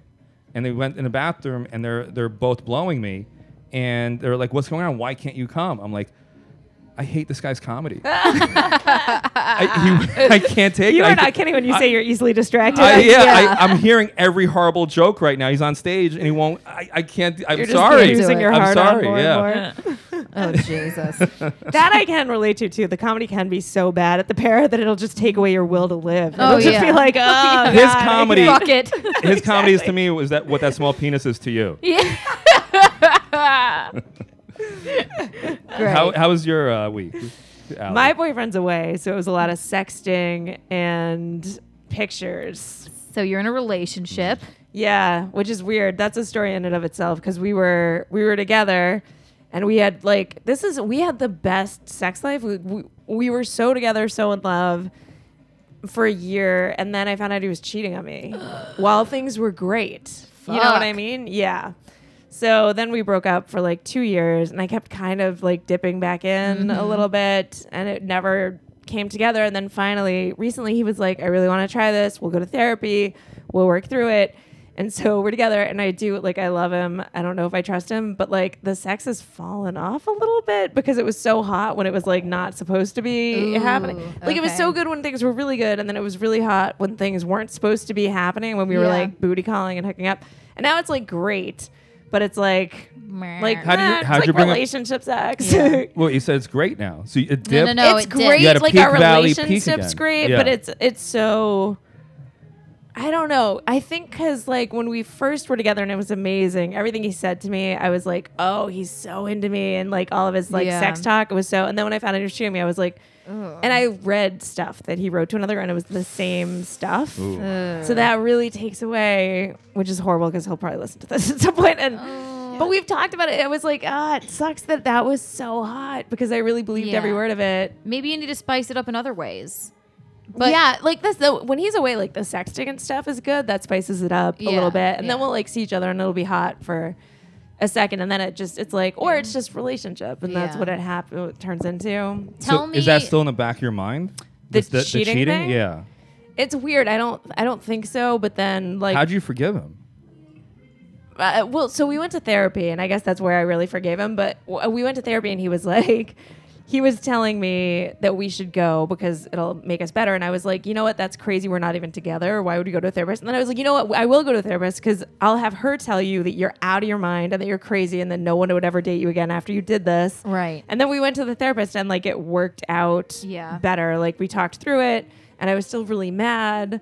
A: And they went in the bathroom and they're they're both blowing me, and they're like, "What's going on? Why can't you come?" I'm like. I hate this guy's comedy. I, he- I can't take
C: You
A: it.
C: are
A: I
C: not
A: ca-
C: kidding when you say you're easily distracted.
A: I, yeah,
B: Yeah.
A: I, I'm hearing every horrible joke right now. He's on stage and he won't. I, I can't. I'm
C: you're just
A: sorry.
C: using your
A: I'm
C: heart
A: sorry.
C: on more
A: yeah.
C: and more.
B: Oh Jesus!
C: That I can relate to too. The comedy can be so bad at the pair that it'll just take away your will to live.
B: Oh,
C: it'll just
B: yeah.
C: be like, oh,
A: His
C: God."
A: comedy,
B: Fuck it.
A: his comedy is to me was that what that small penis is to you.
B: Yeah. Great.
A: How how was your uh, week? Ally?
C: My boyfriend's away, so it was a lot of sexting and pictures.
B: so you're in a relationship.
C: Yeah, which is weird. That's a story in and of itself because we were we were together, and we had like this is we had the best sex life. We, we, we were so together, so in love for a year, and then I found out he was cheating on me while things were great. You know what I
B: Fuck.
C: mean? Yeah. So then we broke up for like two years, and I kept kind of like dipping back in
B: Mm-hmm.
C: a little bit, and it never came together. And then finally, recently, he was like, I really want to try this. We'll go to therapy, we'll work through it. And so we're together, and I do like, I love him. I don't know if I trust him, but like the sex has fallen off a little bit because it was so hot when it was like not supposed to be
B: Ooh,
C: happening. Like it was
B: okay.
C: so good when things were really good, and then it was really hot when things weren't supposed to be happening when we were
B: Yeah.
C: like booty calling and hooking up. And now it's like great, but it's like like
A: How do you-
C: eh, it's
A: how'd
C: like
A: you bring up-
C: relationship sex.
B: Yeah.
A: well, you said it's great now. So you- it dipped.
B: No, no, no.
C: it's
B: it did.
C: great,
A: You had a
C: like
A: peak
C: our
A: valley, peak
C: relationship's
A: again.
C: great,
A: Yeah.
C: but it's it's so I don't know. I think because like when we first were together and it was amazing, everything he said to me, I was like, oh, he's so into me, and like all of his like
B: Yeah.
C: sex talk was so. And then when I found out he was cheating on me, I was like, and I read stuff that he wrote to another, and it was the same stuff.
A: Ooh.
C: So that really takes away, which is horrible because he'll probably listen to this at some point. And
B: Oh.
C: but we've talked about it. It was like, ah, it sucks that that was so hot because I really believed every
B: Yeah.
C: word of it.
B: Maybe you need to spice it up in other ways. But
C: yeah, like this though, when he's away, like the sexting and stuff is good. That spices it up
B: Yeah,
C: a little bit, and then
B: yeah.
C: we'll like see each other, and it'll be hot for a second, and then it just it's like, or it's just relationship, and that's
B: Yeah.
C: what it happens it turns into.
B: tell
A: so
B: me,
A: is that still in the back of your mind?
C: The
A: This-
C: cheating thing?
A: Yeah.
C: It's weird. I don't I don't think so, but then like
A: How'd you forgive him?
C: uh, well, so we went to therapy, and I guess that's where I really forgave him. But w- uh, we went to therapy, and he was like, he was telling me that we should go because it'll make us better. And I was like, you know what? That's crazy. We're not even together. Why would you go to a therapist? And then I was like, you know what? I will go to a therapist because I'll have her tell you that you're out of your mind and that you're crazy, and that no one would ever date you again after you did this.
B: right.
C: And then we went to the therapist and like it worked out
B: Yeah.
C: better. Like we talked through it and I was still really mad,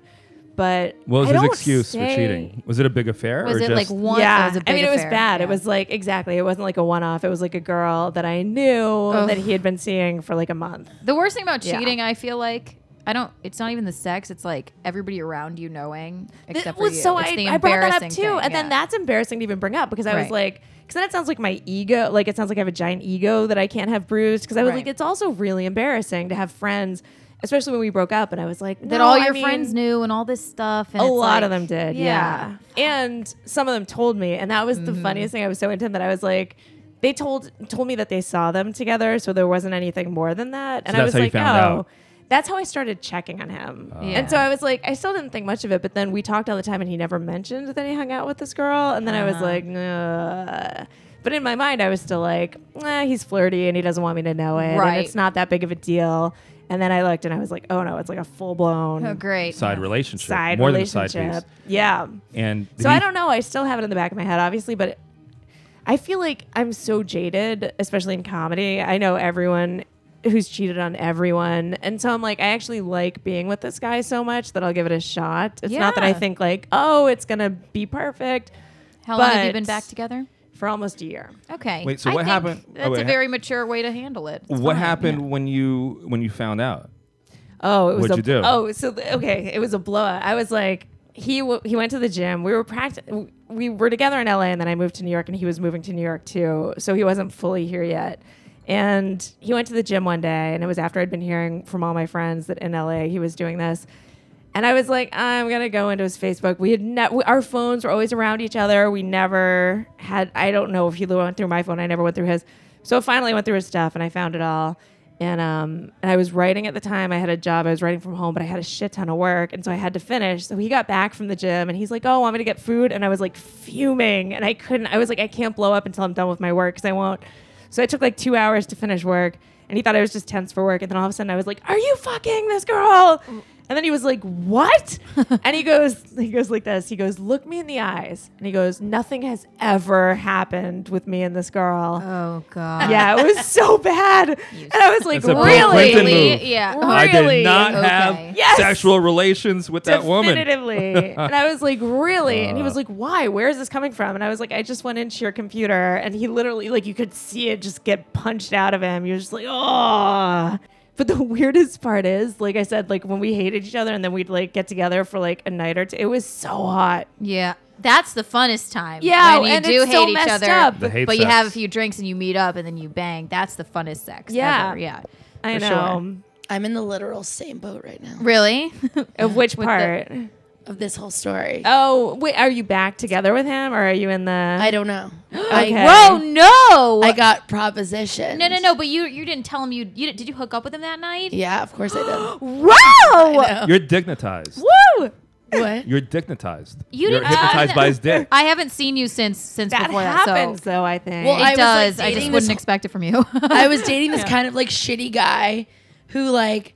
C: but
A: What was
C: I
A: his
C: don't
A: excuse for
C: say-
A: cheating? Was it a big affair?
B: Was
A: or
B: it like
A: just
B: one?
C: yeah,
B: It was a
C: I
B: big
C: mean, it was
B: affair.
C: bad.
B: Yeah.
C: It was like exactly. It wasn't like a one-off. It was like a girl that I knew that he had been seeing for like a month.
B: the worst thing about
C: Yeah.
B: cheating. I feel like I don't. It's not even the sex. It's like everybody around you knowing, except
C: well,
B: for you.
C: So
B: It's
C: I,
B: the
C: I brought that up
B: embarrassing
C: too,
B: thing,
C: and then
B: yeah.
C: that's embarrassing to even bring up because I was
B: Right.
C: like, because then it sounds like my ego, like it sounds like I have a giant ego that I can't have bruised. Because I was
B: Right.
C: like, it's also really embarrassing to have friends, especially when we broke up, and I was like,
B: that
C: no,
B: all
C: I
B: your
C: mean,
B: friends knew and all this stuff. And
C: A
B: it's
C: lot of
B: like-
C: them did, yeah. Mm-hmm. And some of them told me, and that was the funniest thing. I was so into him that I was like. They told told me that they saw them together, so there wasn't anything more than that. And I
A: that's
C: was
A: how you
C: like,
A: found
C: "Oh,
A: out.
C: that's how I started checking on him.
B: Yeah.
C: And so I was like, I still didn't think much of it, but then we talked all the time and he never mentioned that he hung out with this girl. And then I was
B: Uh-huh.
C: like, nah. But in my mind, I was still like, nah, he's flirty and he doesn't want me to know it.
B: Right.
C: And it's not that big of a deal. And then I looked and I was like, oh no, it's like a full blown
B: Oh, great.
A: side relationship?
C: side
A: more
C: relationship.
A: than a side piece.
C: yeah.
A: And
C: So
A: he-
C: I don't know. I still have it in the back of my head, obviously, but I feel like I'm so jaded, especially in comedy. I know everyone who's cheated on everyone. And so I'm like, I actually like being with this guy so much that I'll give it a shot. It's not that I
B: Yeah.
C: think like, oh, it's going to be perfect
B: How long have you
C: But-
B: been back together?
C: for almost a year.
B: Okay.
A: Wait, so
B: I
A: what
B: think
A: happened- oh,
B: That's
A: wait,
B: a
A: ha-
B: very mature way to handle it. It's
A: What
B: fine.
A: happened when you when you found out?
C: Oh, it was
A: What'd
C: a,
A: you do?
C: Oh, so the, okay, it was a blowout. I was like, he w- he went to the gym. We were practicing. We were together in LA, and then I moved to New York, and he was moving to New York too. So he wasn't fully here yet. And he went to the gym one day, and it was after I'd been hearing from all my friends that in LA he was doing this. And I was like, I'm gonna go into his Facebook. We had ne- we- our phones were always around each other. We never had. I don't know if he went through my phone. I never went through his. So finally, I went through his stuff and I found it all. And um, and I was writing at the time. I had a job. I was writing from home, but I had a shit ton of work, and so I had to finish. So he got back from the gym, and he's like, "Oh, want me to get food?" And I was like fuming, and I couldn't. I was like, "I can't blow up until I'm done with my work, because I won't." So I took like two hours to finish work, and he thought I was just tense for work. And then all of a sudden, I was like, "Are you fucking this girl?" And And then he was like, "What?" and he goes, he goes like this. He goes, "Look me in the eyes," and he goes, "Nothing has ever happened with me and this girl."
B: Oh God.
C: yeah, it was so bad. And I was like,
A: It's a Bill
C: "Really?"
A: Clinton move.
E: Yeah.
A: I
C: Really?
A: did not
B: Okay.
A: have
C: Yes.
A: sexual relations with that woman.
C: Definitively. and I was like, really? and he was like, why? Where is this coming from? And I was like, I just went into your computer. And he literally, like, you could see it just get punched out of him. You're just like, oh. But the weirdest part is, like I said, like when we hated each other and then we'd like get together for like a night or two, it was so hot.
B: Yeah. That's the funnest time.
C: Yeah,
B: When you
C: and
B: do
C: it's
B: hate
C: so
B: each
C: messed
B: other.
C: up.
A: The hate
B: but you have a
A: sex.
B: few drinks and you meet up and then you bang. That's the funnest sex.
C: Yeah.
B: Ever. Yeah.
C: I
B: For
C: know.
D: I'm in the literal same boat right now
B: Really?
C: Of which
B: the-
C: part?
D: of this whole story.
C: oh, wait, are you back together with him or are you in the.
D: I don't know.
C: Okay.
D: I,
B: Whoa, no.
D: I got proposition.
B: no, no, no. But you you didn't tell him you, you didn't- did you hook up with him that night?
D: Yeah, of course I did.
B: Wow.
A: You're dignitized.
C: Woo!
D: what?
A: You're dignitized.
B: You
A: are
B: didn't-
A: hypnotized
B: uh,
A: by his dick.
B: I haven't seen you since since
C: That
B: before
C: happens,
B: that. So
C: though, I think.
D: Well,
B: it
D: I was, like,
B: does. I just
D: dating
B: wouldn't
D: this-
B: expect it from you.
D: I was dating this kind of like shitty guy who like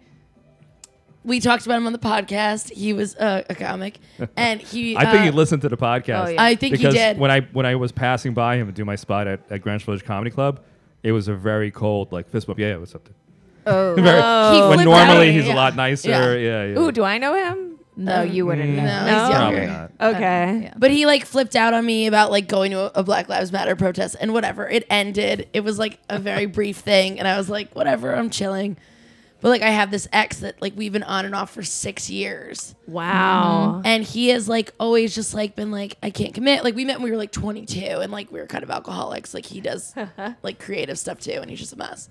D: we talked about him on the podcast. He was uh, a comic, and he.
A: I think he
D: uh,
A: listened to the podcast.
B: Oh, yeah.
D: I think
A: because
D: he did.
A: when I when I was passing by him to do my spot at, at Greenwich Village Comedy Club, it was a very cold like fist bump. Yeah, yeah, what's up?
B: oh
A: Very,
D: He
A: when
D: flipped
A: normally
D: out.
A: he's
D: Yeah.
A: a lot nicer.
D: Yeah.
A: Yeah, yeah.
C: Ooh, do I know him?
B: no, you wouldn't.
A: Mm.
B: know.
D: no,
C: No?
D: he's
A: Probably
D: younger.
A: not.
C: Okay.
B: Yeah.
D: But he like flipped out on me about like going to a, a Black Lives Matter protest and whatever. It ended. It was like a very brief thing, and I was like, whatever. I'm chilling. But like, I have this ex that like we've been on and off for six years.
C: Wow.
D: and he has like always just like been like i can't commit like we met when we were like 22 and like we were kind of alcoholics like he does like creative stuff too and he's just a mess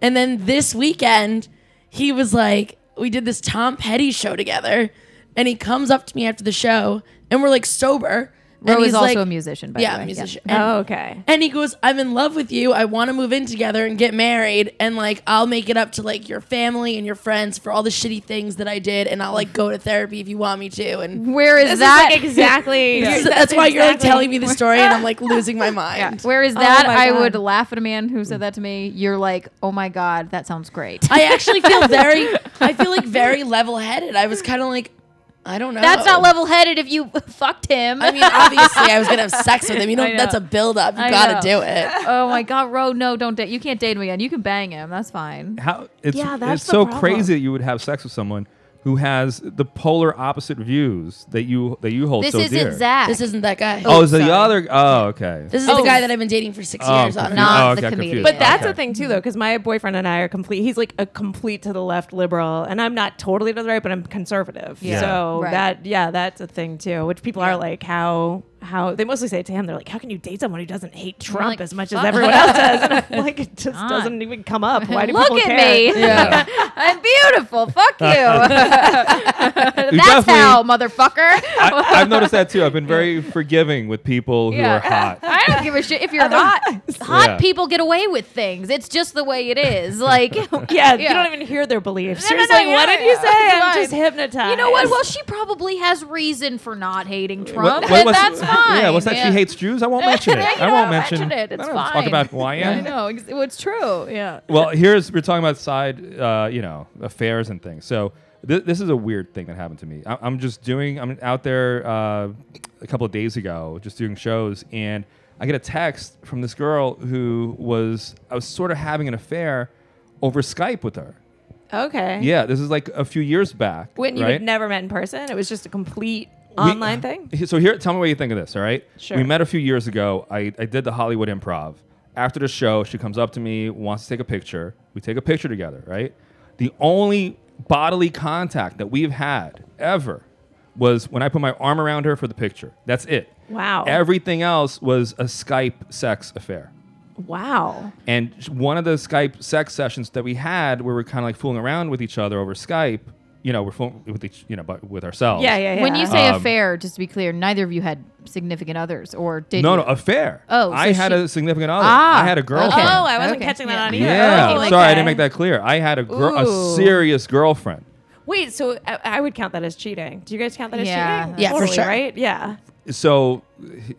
D: and then this weekend he was like we did this tom petty show together and he comes up to me after the show and we're like sober and
B: Ro
D: he's
B: is also
D: like-
B: a musician, by
D: yeah
B: the way.
D: musician And-
C: Oh, okay.
D: and he goes, I'm in love with you. I want to move in together and get married. And like, I'll make it up to like your family and your friends for all the shitty things that I did. And I'll like go to therapy if you want me to. And
B: Where is
C: This is
B: that?
C: like exactly.
D: This is- that's why you're like telling me the story. And I'm like losing my mind.
B: Where is that?
C: my
B: I
C: God.
B: would laugh at a man who said that to me. You're like, oh my god, that sounds great.
D: I actually feel very, I feel like very level headed. I was kind of like, I don't know.
B: That's not level headed if you fucked him.
D: I mean, obviously, I was going to have sex with him. You know,
B: I know.
D: that's a build up. You
B: I
D: got to
B: know.
D: do it.
B: oh my god, Ro, no, don't date. You can't date him again. You can bang him. That's fine.
A: How it's
C: Yeah, that's
A: it's
C: the
A: so
C: problem.
A: crazy that you would have sex with someone who has the polar opposite views that you that you hold
B: This
A: so
B: isn't
A: dear.
B: Zach.
D: This isn't that guy.
A: Oh, is it
D: Sorry.
A: the other? Oh, okay.
D: This is the guy that I've been dating for six
A: Oh,
D: years
A: I'm
D: on
A: confused.
D: and off.
B: Not
A: Oh,
B: the
A: okay, I'm
B: comedian.
A: confused.
C: But that's
A: Okay.
C: the thing too, though, because my boyfriend and I are complete. He's like a complete to the left liberal, and I'm not totally to the right, but I'm conservative.
A: Yeah.
C: So
B: Right.
C: that, yeah, that's a thing too. Which people are like, how, how they mostly say it to him, they're like, how can you date someone who doesn't hate Trump
B: like,
C: as much as
B: fuck.
C: everyone else does? And I'm like, it just
B: God.
C: doesn't even come up. Why do
B: Look
C: people
B: at
C: care?
B: me.
A: Yeah.
B: I'm beautiful. Fuck you. that's
A: definitely-
B: how, motherfucker.
A: I, I've noticed that too. I've been very forgiving with people who
B: Yeah.
A: are hot.
B: I don't give a shit if you're hot. Hot
A: Yeah.
B: people get away with things. It's just the way it is. Like,
C: Yeah, you
B: Yeah.
C: don't even hear their beliefs.
B: No,
C: You're
B: no,
C: just
B: no,
C: like,
B: yeah,
C: what did you
B: yeah,
C: say?
B: it's
C: I'm
B: fine.
C: just hypnotized.
B: you know what? Well, she probably has reason for not hating
A: What-
B: Trump,
A: what-
B: and
A: what's-
B: that's fine.
A: Yeah, what's that?
B: Yeah.
A: She hates Jews. I won't mention it.
B: Yeah, you
A: I
B: know,
A: won't mention,
B: it. It's
A: I don't
B: fine.
A: talk about who I am.
B: I know. Ex- well, It's true. Yeah.
A: Well, here's we're talking about side, uh, you know, affairs and things. So th- this is a weird thing that happened to me. I- I'm just doing. I'm out there uh, a couple of days ago, just doing shows, and I get a text from this girl who was I was sort of having an affair over Skype with her.
C: okay.
A: Yeah, this is like a few years back.
C: When you
A: right?
C: had never met in person, it was just a complete
A: We-
C: online thing.
A: So here, tell me what you think of this. All right.
C: Sure.
A: We met a few years ago. I, I did the Hollywood Improv. After the show, she comes up to me, wants to take a picture. We take a picture together. Right. The only bodily contact that we've had ever was when I put my arm around her for the picture. That's it.
C: Wow.
A: Everything else was a Skype sex affair.
C: Wow.
A: And sh- one of the Skype sex sessions that we had, where we are kind of like fooling around with each other over Skype. You know, we're fooling with each, you know, but with ourselves.
C: Yeah, yeah, yeah.
B: When you say
A: Um,
B: affair, just to be clear, neither of you had significant others, or did
A: No,
B: you?
A: no, affair.
B: Oh, so
A: I had
B: she-
A: a significant other.
B: Ah,
A: I had a
B: okay.
A: girlfriend.
C: Oh, I wasn't
B: Okay.
C: catching
B: Yeah.
C: that on either.
A: yeah.
B: Oh,
C: Okay,
A: Sorry, I
C: okay.
A: didn't make that clear. I had a girl,
C: Ooh.
A: a serious girlfriend.
C: Wait, so I, I would count that as cheating. Do you guys count that as
B: Yeah.
C: cheating?
D: Yeah, for
C: Totally,
D: sure.
C: Right? Yeah.
A: So,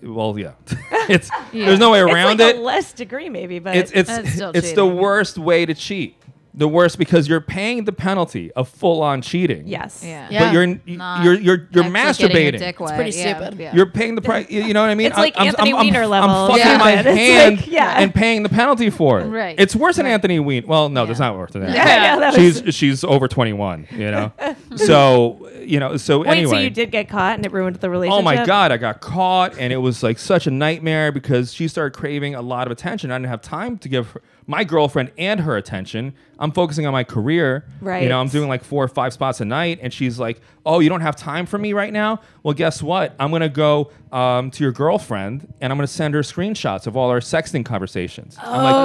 A: well, yeah. it's there's no way around
C: it's like
A: it.
C: a less degree maybe, but
A: it's it's
B: That's still
A: it's the
B: cheating.
A: worst way to cheat. the worst because you're paying the penalty of full on cheating.
C: Yes.
B: Yeah.
A: But you're
B: Not
A: you're you're you're
B: actually getting your
A: masturbating.
B: dick wet.
D: pretty
B: yeah,
D: stupid.
B: Yeah.
A: You're paying the price. You know what I mean?
C: It's like
A: I'm,
C: Anthony
A: I'm, I'm,
C: Weiner
A: I'm
C: level.
A: fucking
C: Yeah.
A: my
C: It's like,
A: hand
C: yeah.
A: and paying the penalty for it.
B: Right.
A: It's worse than Anthony Weiner. Well, no, that's not worse than that.
C: Yeah, yeah, that was-
A: She's she's over 21. You know. so you know. So
C: Wait,
A: anyway.
C: so you did get caught and it ruined the relationship?
A: Oh my god, I got caught and it was like such a nightmare because she started craving a lot of attention. I didn't have time to give her, my girlfriend and her attention. I'm focusing on my career. You
C: Right.
A: know, I'm doing like four or five spots a night and she's like, "Oh, you don't have time for me right now? Well, guess what? I'm going to go um, to your girlfriend and I'm going to send her screenshots of all our sexting conversations." I'm like,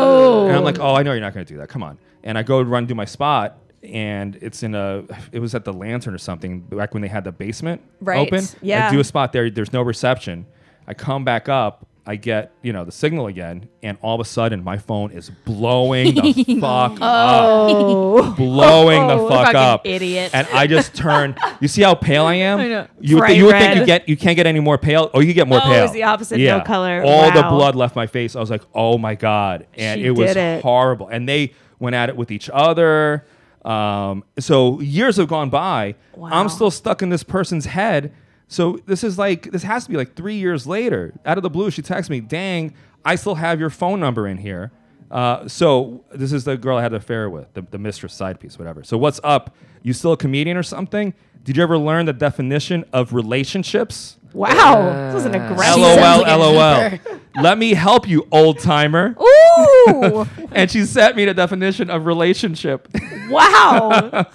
A: and I'm like, "Oh, I know you're not going to do that. Come on." And I go run do my spot and it's in a it was at the lantern or something back when they had the basement
C: Right.
A: open. I
C: Yeah.
A: do a spot there. There's no reception. I come back up. I get you know the signal again, and all of a sudden my phone is blowing the fuck up,
C: Oh.
A: blowing the
C: Oh,
A: fuck
C: fucking
A: up,
C: idiot.
A: And I just turn. you see how pale I am?
B: I know.
A: You would, thi-
C: Bright
A: you would think you
C: red.
A: get you can't get any more pale. Oh, you get more
C: Oh, it
A: pale.
C: was the opposite, no
A: Yeah.
C: color.
A: All the
C: Wow.
A: blood left my face. I was like, oh my god, and
C: She
A: it was
C: did it.
A: horrible. And they went at it with each other. Um, so years have gone by.
C: Wow.
A: I'm still stuck in this person's head. So this is like this has to be like three years later. Out of the blue, she texts me, "Dang, I still have your phone number in here." Uh, so this is the girl I had an affair with, the, the mistress side piece, whatever. So what's up? You still a comedian or something? Did you ever learn the definition of relationships?
C: Wow. this was an aggressive.
D: sounds
A: LOL,
D: like a
A: LOL.
D: keeper.
A: Let me help you, old timer.
C: Ooh.
A: And she sent me the definition of relationship.
C: wow.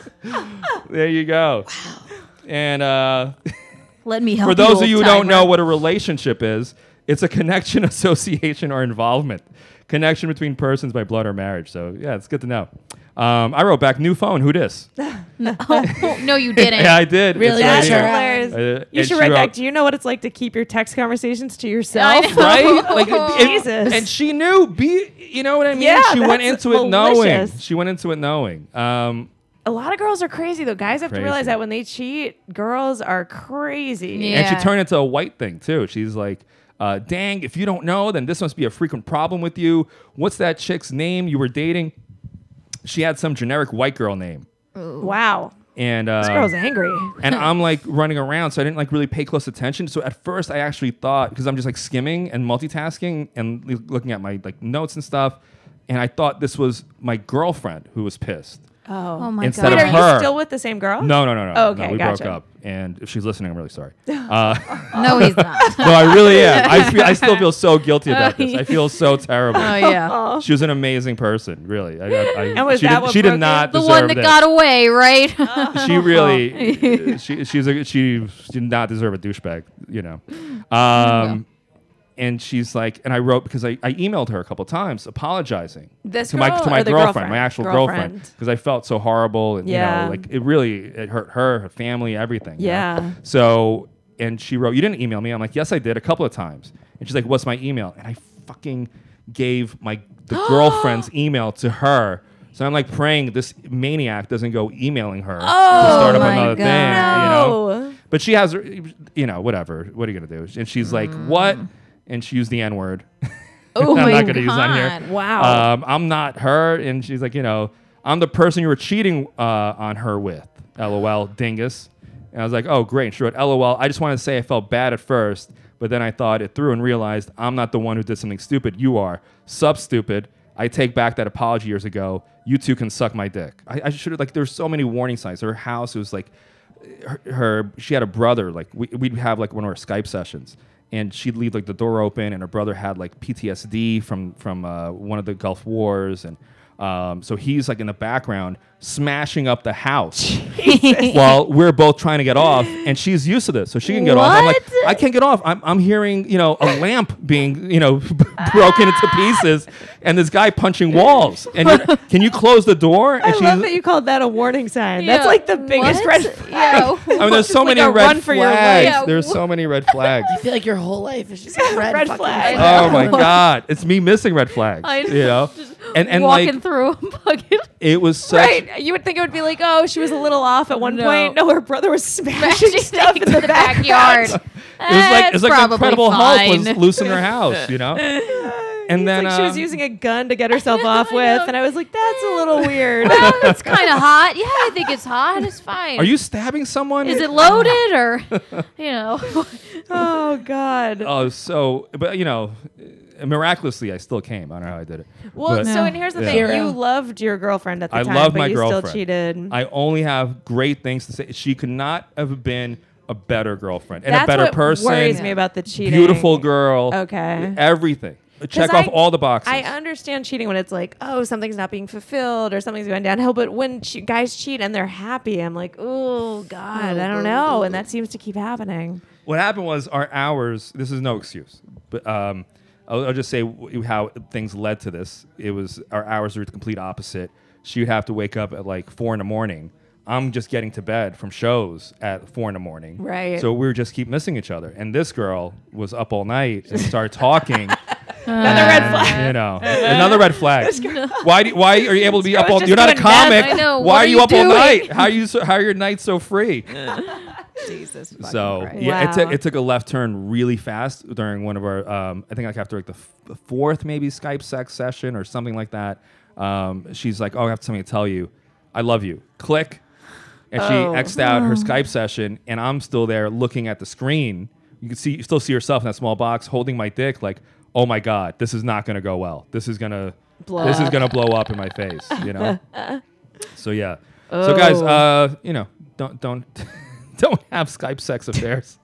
A: there you go. And uh,
B: Let me help.
A: for those of you who don't
B: old-timer.
A: know what a relationship is, it's a connection, association, or involvement. Connection between persons by blood or marriage. So yeah, it's good to know. Um, I wrote back, new phone. Who dis?
B: Oh, no, you didn't.
A: yeah, I did. It's right
D: Really?
C: That's
D: Sure.
A: here.
C: hilarious.
A: Uh,
C: you
A: and
C: should
A: she
C: write back.
A: wrote-
C: Do you know what it's like to keep your text conversations to yourself?
A: right? Like and-
C: Jesus.
A: And she knew. Be you know what I mean?
C: Yeah,
A: she went
C: that's
A: into it knowing.
C: malicious.
A: She went into it knowing. Um,
C: A lot of girls are crazy though. Guys have to realize
A: Crazy.
C: that when they cheat, girls are crazy.
B: Yeah.
A: And she turned into a white thing too. She's like, uh, dang, if you don't know, then this must be a frequent problem with you. What's that chick's name you were dating? She had some generic white girl name.
C: Wow.
A: And uh,
C: Girls angry. Oh.
A: and I'm like running around, so I didn't like really pay close attention. So at first, I actually thought because I'm just like skimming and multitasking and l- looking at my like notes and stuff, and I thought this was my girlfriend who was pissed.
B: Oh
C: Oh.
B: my
A: Instead
B: god.
C: Wait,
A: of
C: are
A: her.
C: you still with the same girl?
A: No, no, no, no.
C: Oh, okay,
A: no, we
C: gotcha.
A: broke up. And if she's listening, I'm really sorry. Uh,
B: no, he's not.
A: no, I really am. I, feel, I still feel so guilty about
C: Oh,
A: this. I feel so terrible.
B: Oh yeah.
A: She was an amazing person, really. I, I, I,
C: And was
A: she
C: that
A: did,
C: what
A: she
C: broke
A: did
C: you?
A: not
B: The
A: deserve
B: one that
A: this.
B: got away, right?
A: she
C: Oh.
A: really uh, she she's a she did not deserve a douchebag, you know. Um, and she's like, and I wrote because I, I emailed her a couple times apologizing
C: This
A: to my
C: girl
A: to my
C: or the
A: girlfriend,
C: girlfriend?
A: my actual
C: Girlfriend.
A: girlfriend, because I felt so horrible. And,
C: Yeah.
A: You know, like it really it hurt her, her family, everything. you know?
C: Yeah.
A: So and she wrote, you didn't email me. I'm like, yes, I did a couple of times. And she's like, what's my email? And I fucking gave my the girlfriend's email to her. So I'm like praying this maniac doesn't go emailing her to start up
B: my
A: another
B: God.
A: thing. You know?
C: No.
A: But she has, her- you know, whatever. What are you gonna do? And she's like, "What?" And she used the N word.
B: Oh
A: I'm
B: my
A: not gonna use on
B: God.
A: here.
C: Wow.
A: Um, I'm not her. And she's like, you know, I'm the person you were cheating uh, on her with. LOL, dingus. And I was like, oh great. And she wrote, LOL. I just want to say I felt bad at first, but then I thought it through and realized I'm not the one who did something stupid. You are sub stupid. I take back that apology years ago. You two can suck my dick. I, I should have like. There's so many warning signs. Her house was like her, her she had a brother like we, we'd have like one of our skype sessions and she'd leave like the door open and her brother had like ptsd from from uh, one of the gulf wars and um, so he's like in the background smashing up the house while we're both trying to get off and she's used to this so she can get off i'm like i can't get off i'm, I'm hearing you know a lamp being you know broken into pieces and this guy punching walls and you're, can you close the door and
C: I
A: she's
C: love that you called that a warning sign. That's
B: Yeah.
C: like the biggest
B: What?
C: red flag.
B: Yeah.
A: I mean, there's so
C: Like
A: many
C: a
A: red
C: run for your life.
A: flags.
B: Yeah.
A: There's so many red flags.
D: I feel like your whole life is just a red,
C: Red
D: fucking
C: flag.
A: oh my god, it's me missing red flags.
B: I know.
A: You know, and and
B: Walking
A: like
B: through a bucket.
A: it was such.
C: Right. You would think it would be like, oh, she was a little off at one
B: No.
C: point. No, her brother was smashing
B: Smashing
C: stuff in
B: things
C: the, backyard.
A: It was like it's like the
B: probably
A: Incredible Hulk was
B: fine.
A: loose in her house. You know, And then
C: like she was
A: um,
C: using a gun to get herself off
B: I
C: with,
B: know.
C: and I was like, that's a little weird.
B: Oh, it's kind of hot. Yeah, I think it's hot. It's fine.
A: Are you stabbing someone?
B: Is it loaded or, you know?
C: oh God.
A: Oh, so but you know, uh, miraculously, I still came. I don't know how I did it.
C: well,
A: But
C: so and here's the
A: Yeah.
C: thing:
D: Zero.
C: you loved your girlfriend at the
A: I
C: time,
A: love
C: but
A: my
C: you
A: girlfriend.
C: still cheated.
A: I only have great things to say. She could not have been a better girlfriend and
C: that's
A: a better
C: what
A: person.
C: worries me about the cheating.
A: Beautiful girl.
C: Okay.
A: Everything. Check
C: 'Cause
A: off
C: I-
A: all the boxes.
C: I understand cheating when it's like, oh, something's not being fulfilled or something's going downhill. But when che- guys cheat and they're happy, I'm like, oh God, I don't know. And that seems to keep happening.
A: what happened was our hours. This is no excuse, but um, I'll, I'll just say w- how things led to this. It was our hours were the complete opposite. She would have to wake up at like four in the morning. I'm just getting to bed from shows at four in the morning.
C: Right.
A: So we were just keep missing each other. And this girl was up all night and started talking.
C: Another red flag.
A: you know, another red flag. Why? Do, why are you able to be up
C: girl's
A: all?
C: just
A: You're not a
C: going nuts.
A: comic.
B: I know.
A: Why
B: What
A: are,
B: are
A: you
B: you
A: up all
B: doing?
A: night? How are you? So, how are your nights so free?
F: Jesus. fucking
A: So
F: Christ.
A: yeah, it,
C: Wow.
A: took it took a left turn really fast during one of our, um, I think like after like the f- fourth maybe Skype sex session or something like that. Um, she's like, "Oh, I have something to tell you. I love you." Click, and she
C: Oh.
A: xed out her Skype session, and I'm still there looking at the screen. You can see, you still see yourself in that small box holding my dick, like, "Oh my god, this is not gonna go well. This is gonna,
C: Blow
A: this is
C: up.
A: gonna blow up in my face," you know. So yeah. So guys,
C: Oh.
A: uh, you know, don't don't don't have Skype sex affairs.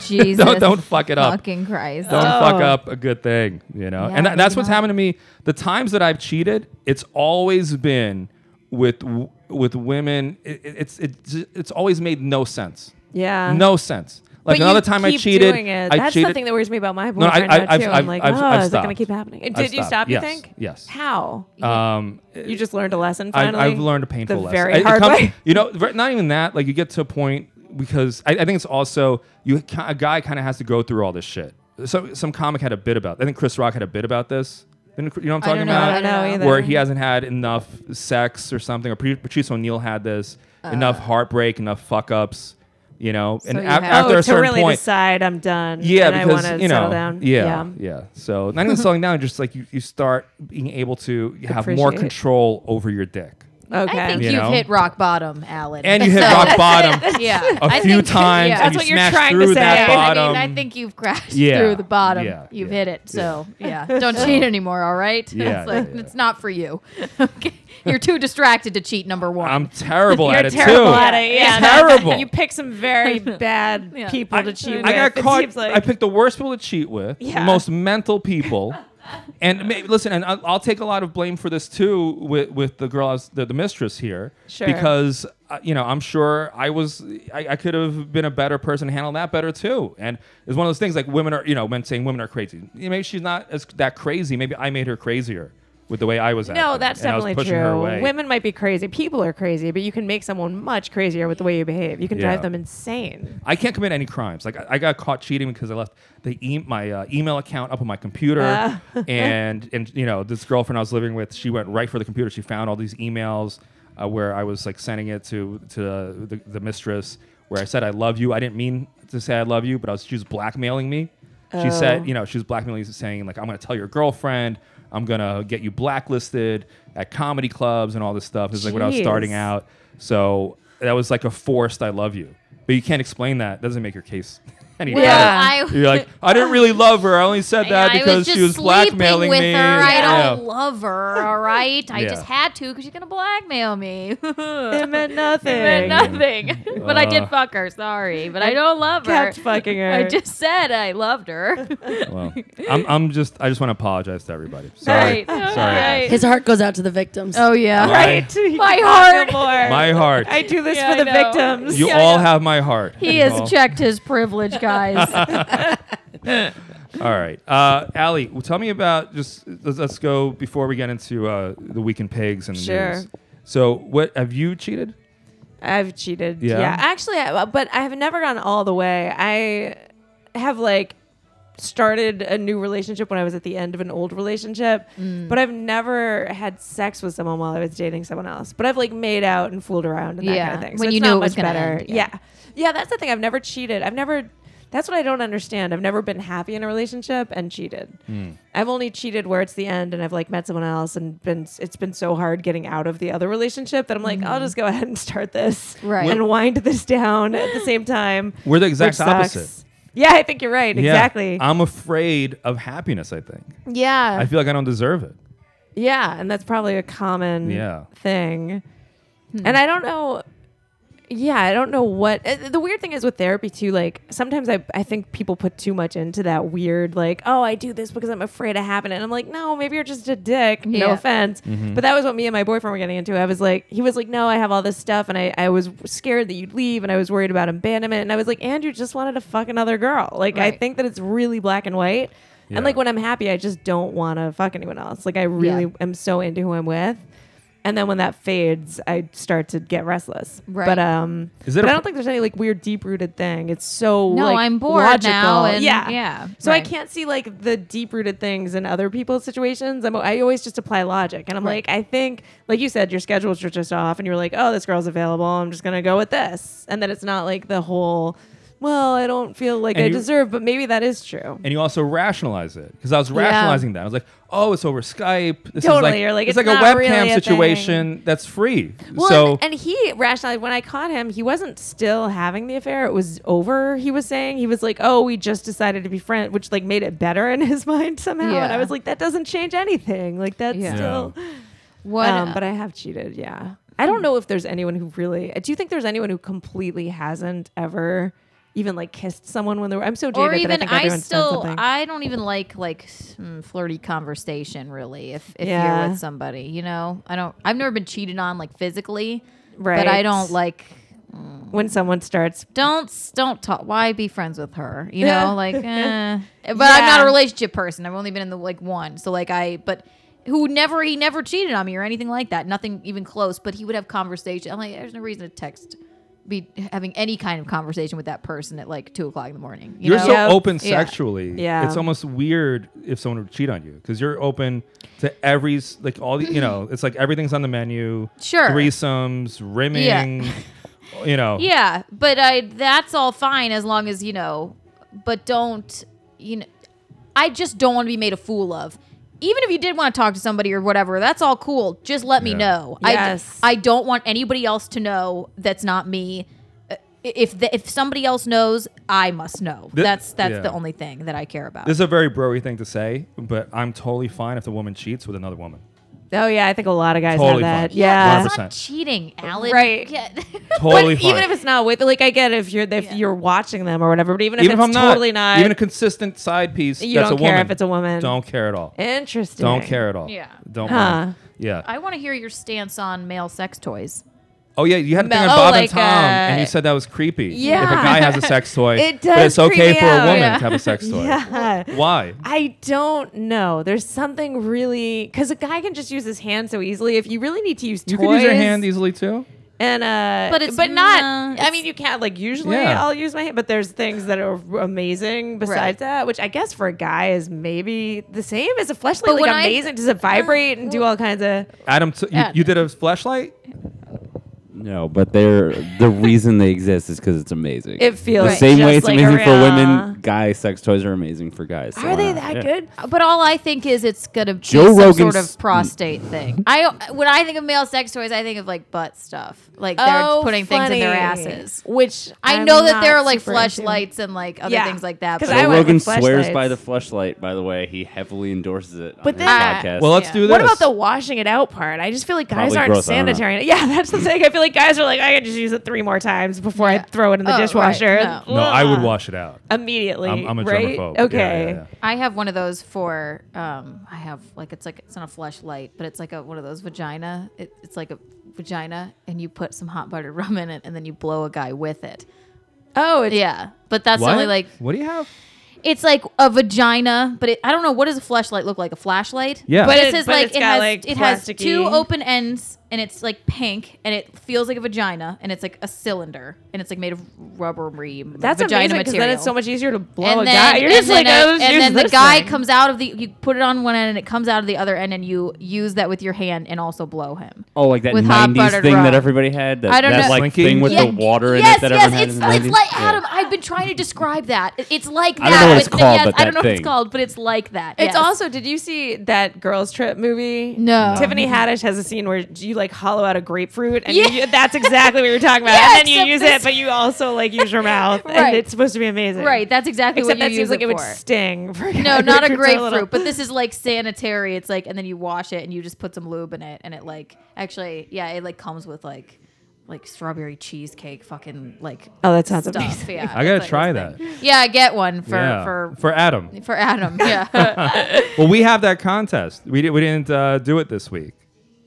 B: Jesus.
A: don't don't fuck it up.
B: Fucking Christ.
A: Don't
C: Oh.
A: fuck up a good thing, you know.
B: Yeah,
A: and that, that's
B: you
A: what's
B: know.
A: happened to me. The times that I've cheated, it's always been with w- with women. It, it- it's it's it's always made no sense.
C: Yeah.
A: No sense. Like
C: But
A: another
C: you
A: time I
C: keep
A: cheated,
C: doing it.
A: I
C: That's
A: cheated.
C: the thing that worries me about my
A: No, I-
C: boyfriend
A: I-
C: now,
A: I've-
C: too.
A: I've-
C: I'm like,
A: I've-
C: oh,
A: I've
C: is it going to
A: stopped.
C: keep happening? Did
A: I've
C: you
A: stopped.
C: stop? You
A: Yes.
C: think?
A: Yes.
C: How?
A: um,
C: You just learned a lesson
A: I've,
C: finally.
A: I've learned a painful
C: the
A: lesson.
C: very
A: It- it
C: hard
A: comes-
C: way.
A: You know, ver- not even that. Like you get to a point because I, I think it's also you ki- a guy kind of has to go through all this shit. So some comic had a bit about. I think Chris Rock had a bit about this. Didn't Chris- You know what I'm
B: don't
A: talking
B: know.
A: about?
C: I don't know either.
A: Where he hasn't had enough sex or something. Or Pat- Patrice O'Neill had this
C: Uh.
A: enough heartbreak, enough fuck ups. You know, and
B: you
A: af-
B: have-
A: after
C: oh,
A: a certain
C: to really
A: point,
C: decide I'm done.
A: yeah,
C: and
A: because
C: I want to
A: you know,
C: settle down.
A: Yeah, yeah, So not even slowing down, just like you, you start being able to have more
C: Appreciate.
A: control over your dick,
C: Okay.
B: I think
A: You
B: you've
A: know?
B: hit rock bottom, Alan.
A: and you hit
B: So-
A: rock bottom
B: Yeah.
A: a
B: I
A: few
B: think-
A: times
B: yeah.
A: and
C: That's
A: you
C: what you're
A: smash
C: trying to
A: through
C: say.
A: that
C: Yeah, I
A: bottom.
B: I mean, I think you've crashed
A: Yeah,
B: through the bottom.
A: yeah,
B: you've
A: yeah,
B: hit it. So yeah, don't cheat anymore. All right.
A: Yeah,
B: it's, like,
A: yeah, yeah.
B: it's not for you. okay. You're too distracted to cheat. Number one.
A: I'm terrible
C: You're
A: at it
C: terrible
A: too.
C: at it. Yeah,
A: Terrible.
C: You pick some very bad
B: Yeah.
C: people to cheat with.
A: I got
C: it
A: caught.
C: seems like.
A: I picked the worst people to cheat with, the
C: Yeah.
A: most mental people. and may, listen, and I'll, I'll take a lot of blame for this too with, with the girl, I was, the, the mistress here,
C: Sure.
A: because uh, you know I'm sure I was I, I could have been a better person, handled that better too. And it's one of those things like women are, you know, men saying women are crazy. You know, Maybe she's not as that crazy. Maybe I made her crazier with the way I was.
C: no,
A: acting,
C: that's
A: and I was
C: definitely
A: pushing her
C: true.
A: away.
C: Women might be crazy. People are crazy, but you can make someone much crazier with the way you behave. You can
A: Yeah.
C: drive them insane.
A: I can't commit any crimes. Like I, I got caught cheating because I left the e- my uh, email account up on my computer,
C: Ah.
A: and and you know this girlfriend I was living with, she went right for the computer. She found all these emails uh, where I was like sending it to to the, the mistress, where I said I love you. I didn't mean to say I love you, but I was she was blackmailing me. She said, you know, she was blackmailing, saying like I'm gonna tell your girlfriend. I'm gonna get you blacklisted at comedy clubs and all this stuff. It's like when I was
C: Jeez.
A: starting out. So that was like a forced "I love you," but you can't explain that. Doesn't make your case any
B: Well,
A: better.
B: I-
A: You're like, I didn't really love her. I only said that
B: I
A: because
B: just
A: she was
B: sleeping
A: blackmailing
B: with
A: me.
B: Her. I
A: Yeah.
B: don't love her. All right. I
A: Yeah.
B: just had to because she's gonna blackmail me.
C: It meant
B: But
C: nothing.
B: nothing. but I did fuck her. Sorry, but I don't love her.
C: Kept fucking her.
B: I just said I loved her.
A: Well, I'm, I'm just. I just want to apologize to everybody. Sorry.
B: All right. All
A: Sorry.
B: right.
D: His heart goes out to the victims.
B: Oh yeah.
C: right. You
B: My
C: can not
B: heart.
C: do more.
A: My heart.
C: I do this
B: Yeah,
C: for the
B: I know.
C: victims.
A: you
B: Yeah, I
A: all
B: know.
A: have my heart.
B: He
A: You
B: has
A: all-
B: checked his privilege, guys.
A: All right, uh, Allie, well, tell me about just let's, let's go before we get into uh, the weekend pigs and the
C: Sure.
A: news. So, what have you cheated?
C: I've cheated.
A: Yeah?
C: Yeah. Actually, I, but I have never gone all the way. I have like started a new relationship when I was at the end of an old relationship,
B: Mm.
C: but I've never had sex with someone while I was dating someone else. But I've like made out and fooled around and that
B: Yeah,
C: kind of thing.
B: when
C: it's
B: you
C: not
B: knew it was
C: much
B: gonna
C: better.
B: end,
C: yeah. yeah. that's the thing. I've never cheated. I've never That's what I don't understand. I've never been happy in a relationship and cheated. I've only cheated where it's the end and I've like met someone else and been it's been so hard getting out of the other relationship that I'm like,
A: Mm-hmm.
C: I'll just go ahead and start this
B: Right.
C: and wind this down at the same time.
A: We're the
C: which
A: exact
C: sucks.
A: opposite.
C: Yeah, I think you're right.
A: Yeah.
C: Exactly.
A: I'm afraid of happiness, I think.
C: yeah.
A: I feel like I don't deserve it.
C: Yeah, and that's probably a common
A: Yeah.
C: thing.
B: Hmm.
C: And I don't know. Yeah, I don't know what uh, the weird thing is with therapy too. Like sometimes I, I think people put too much into that weird like oh I do this because I'm afraid of happening. And I'm like no maybe you're just a dick. No
B: Yeah.
C: offense,
A: Mm-hmm.
C: but that was what me and my boyfriend were getting into. I was like he was like no I have all this stuff and I I was scared that you'd leave and I was worried about abandonment and I was like Andrew just wanted to fuck another girl. Like I
B: Right.
C: think that it's really black and white.
A: Yeah.
C: And like when I'm happy, I just don't want to fuck anyone else. Like I really
B: Yeah.
C: am so into who I'm with. And then when that fades, I start to get restless.
B: Right.
C: But um,
A: Is it
C: but
A: a-
C: I don't think there's any like weird deep rooted thing. It's so
B: No,
C: like,
B: I'm bored
C: logical.
B: now, and-
C: yeah,
B: yeah,
C: So
B: right.
C: I can't see like the deep rooted things in other people's situations. I'm I always just apply logic, and I'm
B: Right.
C: like I think like you said, your schedules are just off, and you're like, oh, this girl's available. I'm just gonna go with this, and then it's not like the whole. Well, I don't feel like
A: And
C: I
A: you-
C: deserve, but maybe that is true.
A: And you also rationalize it because I was rationalizing that. I was like, oh, it's over Skype. This
C: Totally,
A: Is like,
C: you're like,
A: it's,
C: it's
A: like a
C: not
A: webcam
C: really a thing.
A: situation that's free.
C: Well,
A: so
C: and, and he rationalized when I caught him, he wasn't still having the affair. It was over. He was saying he was like, "Oh, we just decided to be friends," which like made it better in his mind somehow. And I
B: Yeah.
C: was like, "That doesn't change anything. Like that's
B: Yeah. uh,
C: still."
B: What?
C: um, but I have cheated. Yeah, I don't know if there's anyone who really. uh, Do you think there's anyone who completely hasn't ever even like kissed someone when they were? I'm so jaded
B: or even
C: that I think
B: I
C: everyone's done
B: still uh,
C: something.
B: I don't even like like s- mm, flirty conversation really if if
C: Yeah.
B: you're with somebody you know I don't I've never been cheated on like physically
C: Right.
B: but I don't like
C: when someone starts
B: don't s- don't talk why be friends with her you
C: Yeah.
B: know like eh. but I'm not
C: Yeah.
B: a relationship person I've only been in the like one so like I but who never he never cheated on me or anything like that nothing even close but he would have conversation I'm like there's no reason to text be having any kind of conversation with that person at like two o'clock in the morning you
A: you're
B: know?
A: so
C: Yeah.
A: open
B: Yeah.
A: sexually.
C: Yeah.
A: It's almost weird if someone would cheat on you because you're open to every, s- like all the, you know, it's like everything's on the menu.
B: Sure.
A: Threesomes, rimming, you know.
B: Yeah, but I that's all fine as long as you know, but don't you know I just don't want to be made a fool of. Even if you did want to talk to somebody or whatever, that's all cool. Just let me
A: Yeah.
B: know.
C: Yes.
B: I I don't want anybody else to know that's not me. Uh, If the, if somebody else knows, I must know.
A: Thi-
B: that's that's
A: yeah.
B: the only thing that I care about.
A: This is a very broy thing to say, but I'm totally fine if the woman cheats with another woman.
C: Oh yeah, I think a lot of guys
A: Totally
C: have that.
A: fine.
C: Yeah.
B: It's
A: 100%.
B: not cheating, Alan.
C: Right.
B: Yeah.
A: Totally
C: But
A: fine.
C: even if it's not with like I get if you're if you're watching them or whatever, but even if
A: even if
C: it's
A: I'm not,
C: totally not,
A: even a consistent side piece.
C: You
A: that's
C: don't
A: a
C: care
A: woman,
C: if it's a woman.
A: Don't care at all.
C: interesting.
A: Don't care at all.
B: Yeah.
A: Don't.
C: Huh.
A: mind. Yeah.
B: I want to hear your stance on male sex toys.
A: oh yeah. You had a thing on
C: Oh,
A: Bob and
C: like,
A: Tom,
C: uh,
A: and you said that was creepy.
C: Yeah.
A: If a guy has a sex toy,
C: It
A: But
C: does
A: it's okay
C: creep me
A: for a
C: out.
A: woman
C: Yeah.
A: to have a sex toy.
C: Yeah.
A: Why?
C: I don't know. There's something really because a guy can just use his hand so easily. If you really need to use
A: You
C: toys,
A: can use your hand easily too.
C: and uh,
B: But it's
C: but not.
B: not-
C: I mean, you can't like usually
A: Yeah.
C: I'll use my hand, but there's things that are amazing besides
B: Right.
C: that, which I guess for a guy is maybe the same as a flashlight.
B: But
C: Like
B: when I-
C: amazing, does it vibrate and do all kinds of?
A: Adam, t- you,
B: Yeah.
A: you did a flashlight.
G: No, but they're the reason they exist is because it's amazing.
C: It feels
G: the same
C: just
G: way it's
C: like
G: amazing for
C: around.
G: women. Guy sex toys are amazing for guys. so
C: Are
G: why
C: they
G: not?
C: that
G: Yeah.
C: good?
B: But all I think is it's gonna be
G: Joe
B: some
G: Rogan's-
B: sort of prostate thing. I when I think of male sex toys, I think of like butt stuff, like they're putting things in their
C: Oh, funny.
B: asses.
C: Which
B: I
C: I'm
B: know that there
C: not
B: are like
C: super into.
B: fleshlights and like other
C: Yeah.
B: things like that.
C: 'Cause
B: But
C: I
G: Joe
C: went with
G: Rogan swears
C: fleshlights.
G: by the flashlight. By the way, he heavily endorses it
C: But
G: on
C: then- Ah.
G: his podcast.
A: Well, let's
B: Yeah.
A: do this.
C: What about the washing it out part? I just feel like guys
G: Probably
C: aren't
G: gross, I don't know.
C: sanitary. Yeah, that's the thing. I feel like guys are like, I can just use it three more times before I
B: Yeah.
C: throw it in the
B: Oh, right.
C: dishwasher.
B: No.
A: No, I would
C: Ugh.
A: wash it out.
C: immediately.
A: I'm, I'm a
C: right?
A: germaphobe. Yeah,
C: Okay.
A: yeah, yeah.
B: I have one of those for um, I have like it's like it's not a fleshlight, but it's like a one of those vagina. It, it's like a vagina, and you put some hot buttered rum in it, and then you blow a guy with it.
C: Oh, it's, uh,
B: Yeah, but that's
A: What?
B: only like
A: what do you have?
B: It's like a vagina, but it, I don't know what does a flashlight look like. A flashlight?
A: Yeah.
B: but
A: But
B: it
C: it-
B: says
C: but
B: like
C: it's
B: it
C: got,
B: has
C: like,
B: it has
C: plasticky-
B: two open ends, and and it's like pink and it feels like a vagina and it's like a cylinder and it's like made of rubbery
C: That's
B: vagina
C: amazing because
B: material.
C: then it's so much easier to blow a
B: and
C: guy.
B: then,
C: Oh, You're
B: and
C: just
B: then,
C: like,
B: a-
C: oh,
B: and
C: here's
B: then the
C: this
B: guy
C: thing.
B: comes out of the you put it on one end and it comes out of the other end and you use that with your hand and also blow him.
G: Oh, like that
B: With hot
G: '90s
B: buttered
G: thing that
B: rum.
G: everybody had. That,
B: I don't
G: that
B: know.
G: like
A: Slinky?
G: thing with
A: Yeah,
G: the water in
B: yes,
G: it that
B: yes,
G: everyone had
B: it's,
G: in the 90s.
B: it's like
G: Yeah.
B: Adam. I've been trying to describe that. It- It's like that.
G: I don't know what
B: with
G: it's
B: the-
G: called,
B: yes,
G: but
B: I don't
G: that
B: know what
G: thing.
B: it's called, but it's like that. yes.
C: It's also. Did you see that Girls Trip movie?
B: No.
C: Tiffany Haddish has a scene where you like hollow out a grapefruit, and
B: Yeah.
C: you, that's exactly what you were talking about.
B: Yeah,
C: and then
B: except
C: you use
B: this-
C: it, but you also like use your mouth,
B: Right.
C: and it's supposed to be amazing.
B: right. That's exactly
C: Except
B: what you
C: that seems
B: use
C: like it would
B: for.
C: sting. For
B: no, not a
C: grapefruit's
B: grapefruit,
C: little-
B: but this is like sanitary. It's like, and then you wash it and you just put some lube in it, and it like actually, yeah, it like comes with like like strawberry cheesecake, fucking like
C: oh, that sounds
B: stuff.
C: amazing.
B: Yeah,
A: I gotta
B: it's like
A: try
B: this
A: that.
B: thing. Yeah, get one for
A: yeah.
B: for
A: for Adam.
B: for Adam. Yeah,
A: Well, we have that contest. We di- we didn't uh, do it this week.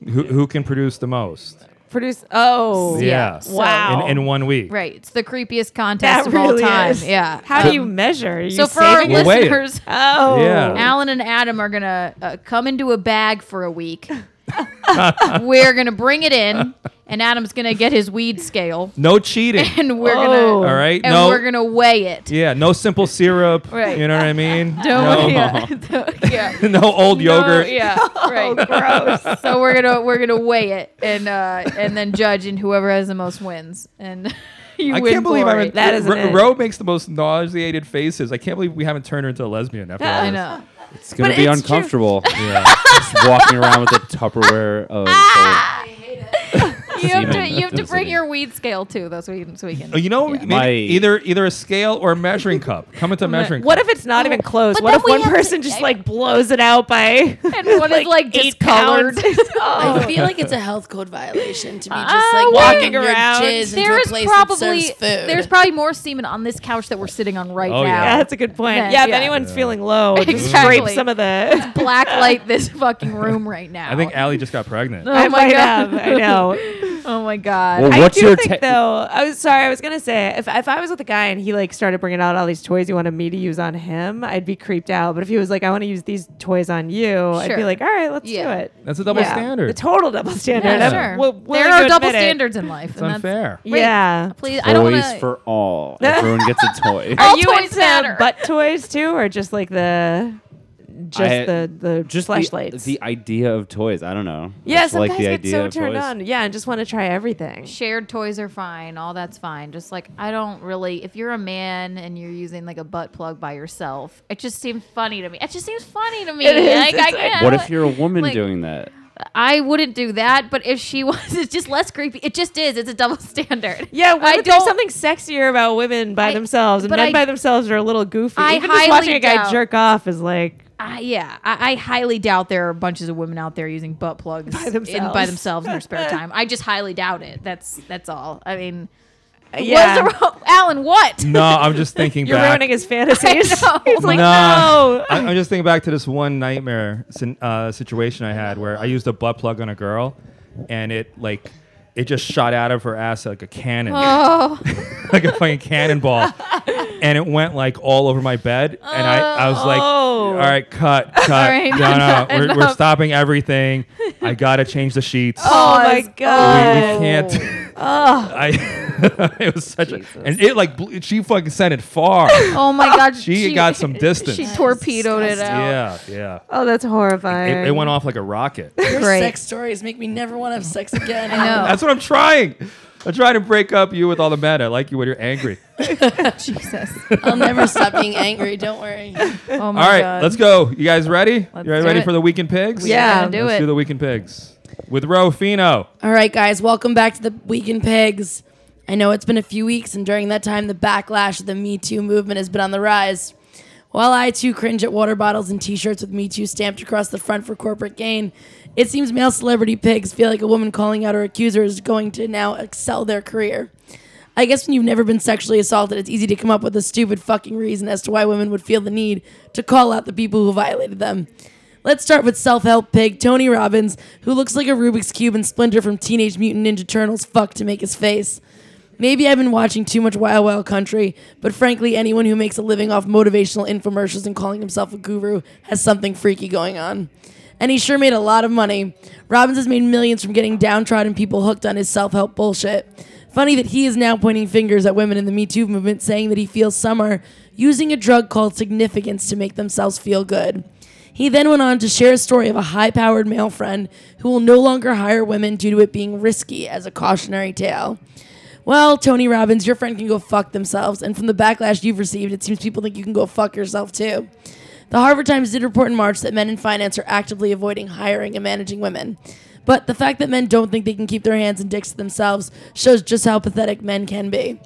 A: Who who can produce the most?
C: Produce. Oh,
A: Yeah.
C: Wow.
A: In, in one week.
B: Oh. right. It's the creepiest contest
C: that
B: of
C: really
B: all time.
C: is.
B: Yeah.
C: How
B: Um,
C: do you measure? Are you
B: So for our
C: saving it?
A: Well, wait.
B: listeners,
C: oh,
A: Yeah.
B: Alan and Adam are gonna uh, come into a bag for a week. we're gonna bring it in, and Adam's gonna get his weed scale,
A: No cheating.
B: and we're
C: Oh.
B: gonna
A: All right.
B: and
A: no.
B: we're gonna weigh it.
A: yeah. No simple syrup.
B: Right.
A: You know what I mean?
B: Don't-
A: no.
B: yeah. Don't- yeah.
A: no old yogurt.
B: No, yeah, right.
C: oh, gross.
B: So we're gonna we're gonna weigh it and uh, and then judge, and whoever has the most wins. And you
A: I
B: win
A: can't believe I
B: glory.
A: haven't.
C: That isn't it.
A: Ro makes the most nauseated faces. I can't believe we haven't turned her into a lesbian after all
B: I
A: this.
B: know.
G: It's gonna
C: But
G: be
C: it's true.
G: uncomfortable. Just walking around with a Tupperware of.
C: Ah,
G: of
B: You have to
G: Semen
B: you have to bring
G: density.
B: your weed scale too. That's what you so we can.
A: Oh, You know, we- maybe
G: My-
A: either either a scale or a measuring cup. Come into a measuring
C: What
A: cup.
C: if it's not even close?
B: Oh, but
C: What
B: then
C: if
B: we
C: one
B: have to-
C: person just like blows it out by
B: And one is like
C: eight
B: discolored.
C: pounds? oh.
D: I feel like it's a health code violation to be
B: Uh,
D: just like
C: walking
D: walking your
C: around.
D: jizz into
B: There
D: a
B: is
D: place
B: probably
D: that serves food.
B: there's probably more semen on this couch that we're sitting on right
A: Oh,
B: now.
A: yeah.
C: Yeah, that's a good point.
B: Yeah,
C: Yeah, if
B: yeah.
C: anyone's feeling low, just scrape
B: Exactly.
C: some of the.
B: Black light this fucking room right now.
A: I think Allie just got pregnant.
B: Oh
C: I
B: my
C: might
B: God.
C: have. I know.
B: oh my god.
G: well,
C: I
G: what's
C: do
G: your
C: think
G: te-
C: though. I was sorry. I was gonna say if if I was with a guy and he like started bringing out all these toys he wanted me to use on him, I'd be creeped out. But if he was like, I want to use these toys on you, I'd be
B: Sure.
C: like, all right, let's
B: Yeah.
C: do it.
A: That's a double
C: Yeah.
A: standard.
C: The total double standard.
B: yeah,
C: I'm
B: sure.
C: wi- willing
B: there
C: to
B: are double
C: admit it.
B: standards in life.
A: it's
B: and that's-
A: unfair.
B: Wait.
C: Yeah.
B: Please, I don't want
G: Toys for all. Everyone gets a toy.
B: All
C: Are you
B: toys
C: into
B: matter.
C: butt toys too, or just like the just
G: I-
C: the the
G: Just the-
C: flashlights?
G: The, idea of toys. I don't know.
C: yeah,
G: Just
C: some
G: like
C: guys
G: the
C: get
G: idea
C: so
G: of
C: turned
G: toys.
C: on. Yeah, and just want to try everything.
B: shared toys are fine. All that's fine. Just like I don't really. If you're a man and you're using like a butt plug by yourself, it just seems funny to me. It just seems funny to me.
C: It
B: Like,
C: is.
B: I
C: It's like-
B: can't.
G: What if you're a woman
B: like-
G: doing that?
B: I wouldn't do that, but if she was, it's just less creepy. It just is. It's a double standard.
C: Yeah,
B: I
C: I there's
B: don't-
C: something sexier about women by
B: I-
C: themselves, and
B: but
C: men
B: I-
C: by themselves are a little goofy.
B: I
C: Even just
B: highly
C: watching a guy
B: doubt-
C: jerk off is like,
B: Uh, yeah, I, I highly doubt there are bunches of women out there using butt plugs by In, by
C: themselves.
B: themselves in their spare time. I just highly doubt it. That's that's all. I mean,
C: yeah,
B: what's the wrong, Alan? What?
A: No, I'm just thinking
C: you're
A: back.
C: ruining his fantasies.
B: I know. Oh
C: He's like,
A: Nah.
C: no.
A: I, I'm just thinking back to this one nightmare sin- uh, situation I had where I used a butt plug on a girl, and it like it just shot out of her ass like a cannon,
B: Oh,
A: like a fucking cannonball, and it went like all over my bed, and I, I was like,
C: Oh.
A: all right, cut, cut,
B: right,
A: no, no,
B: enough,
A: we're, we're
B: enough."
A: stopping everything. I gotta change the sheets.
C: oh my
A: We, we
C: god.
A: can't. I, it was such a, and it like blew, she fucking sent it far.
B: oh my God!
A: She, got some distance.
B: She torpedoed it out.
A: yeah, yeah.
C: Oh, that's horrifying.
A: It, it went off like a rocket.
D: Your
B: Great.
D: sex stories make me never want to have sex again.
B: I know.
A: That's what I'm trying. I'm trying to break up you with all the men. I like you when you're angry.
B: Jesus.
D: I'll never stop being angry. Don't worry.
B: Oh my
A: all right,
B: God.
A: let's go. You guys ready? you guys
B: do
A: ready
B: it.
A: for the weekend pigs?
C: Yeah.
B: do
A: let's
B: it.
A: do the weekend pigs with Rofino.
D: All right, guys, welcome back to the Weekend Pigs. I know it's been a few weeks, and during that time, the backlash of the Me Too movement has been on the rise. While I too cringe at water bottles and t shirts with Me Too stamped across the front for corporate gain, it seems male celebrity pigs feel like a woman calling out her accuser is going to now excel their career. I guess when you've never been sexually assaulted, it's easy to come up with a stupid fucking reason as to why women would feel the need to call out the people who violated them. Let's start with self help pig Tony Robbins, who looks like a Rubik's Cube and Splinter from Teenage Mutant Ninja Turtles fuck to make his face. Maybe I've been watching too much Wild Wild Country, but frankly, anyone who makes a living off motivational infomercials and calling himself a guru has something freaky going on. and he sure made a lot of money. Robbins has made millions from getting downtrodden people hooked on his self help bullshit. Funny that he is now pointing fingers at women in the Me Too movement, saying that he feels some are using a drug called significance to make themselves feel good. He then went on to share a story of a high powered male friend who will no longer hire women due to it being risky as a cautionary tale. Well, Tony Robbins, your friend can go fuck themselves, and from the backlash you've received, it seems people think you can go fuck yourself too. The Harvard Times did report in March that men in finance are actively avoiding hiring and managing women. But the fact that men don't think they can keep their hands and dicks to themselves shows just how pathetic men can be.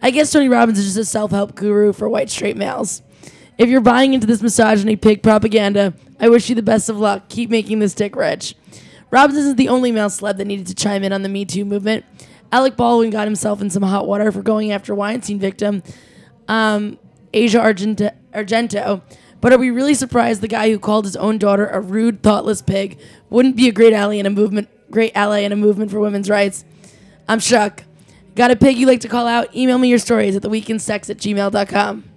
D: I guess Tony Robbins is just a self help guru for white straight males. If you're buying into this misogyny pig propaganda, I wish you the best of luck. Keep making this dick rich. Robbins isn't the only male celeb that needed to chime in on the Me Too movement. Alec Baldwin got himself in some hot water for going after Weinstein victim um, Asia Argento, Argento. But are we really surprised the guy who called his own daughter a rude, thoughtless pig wouldn't be a great ally in a movement, great ally in a movement for women's rights? I'm shook. Got a pig you like to call out? Email me your stories at theweekendsex at gmail.com.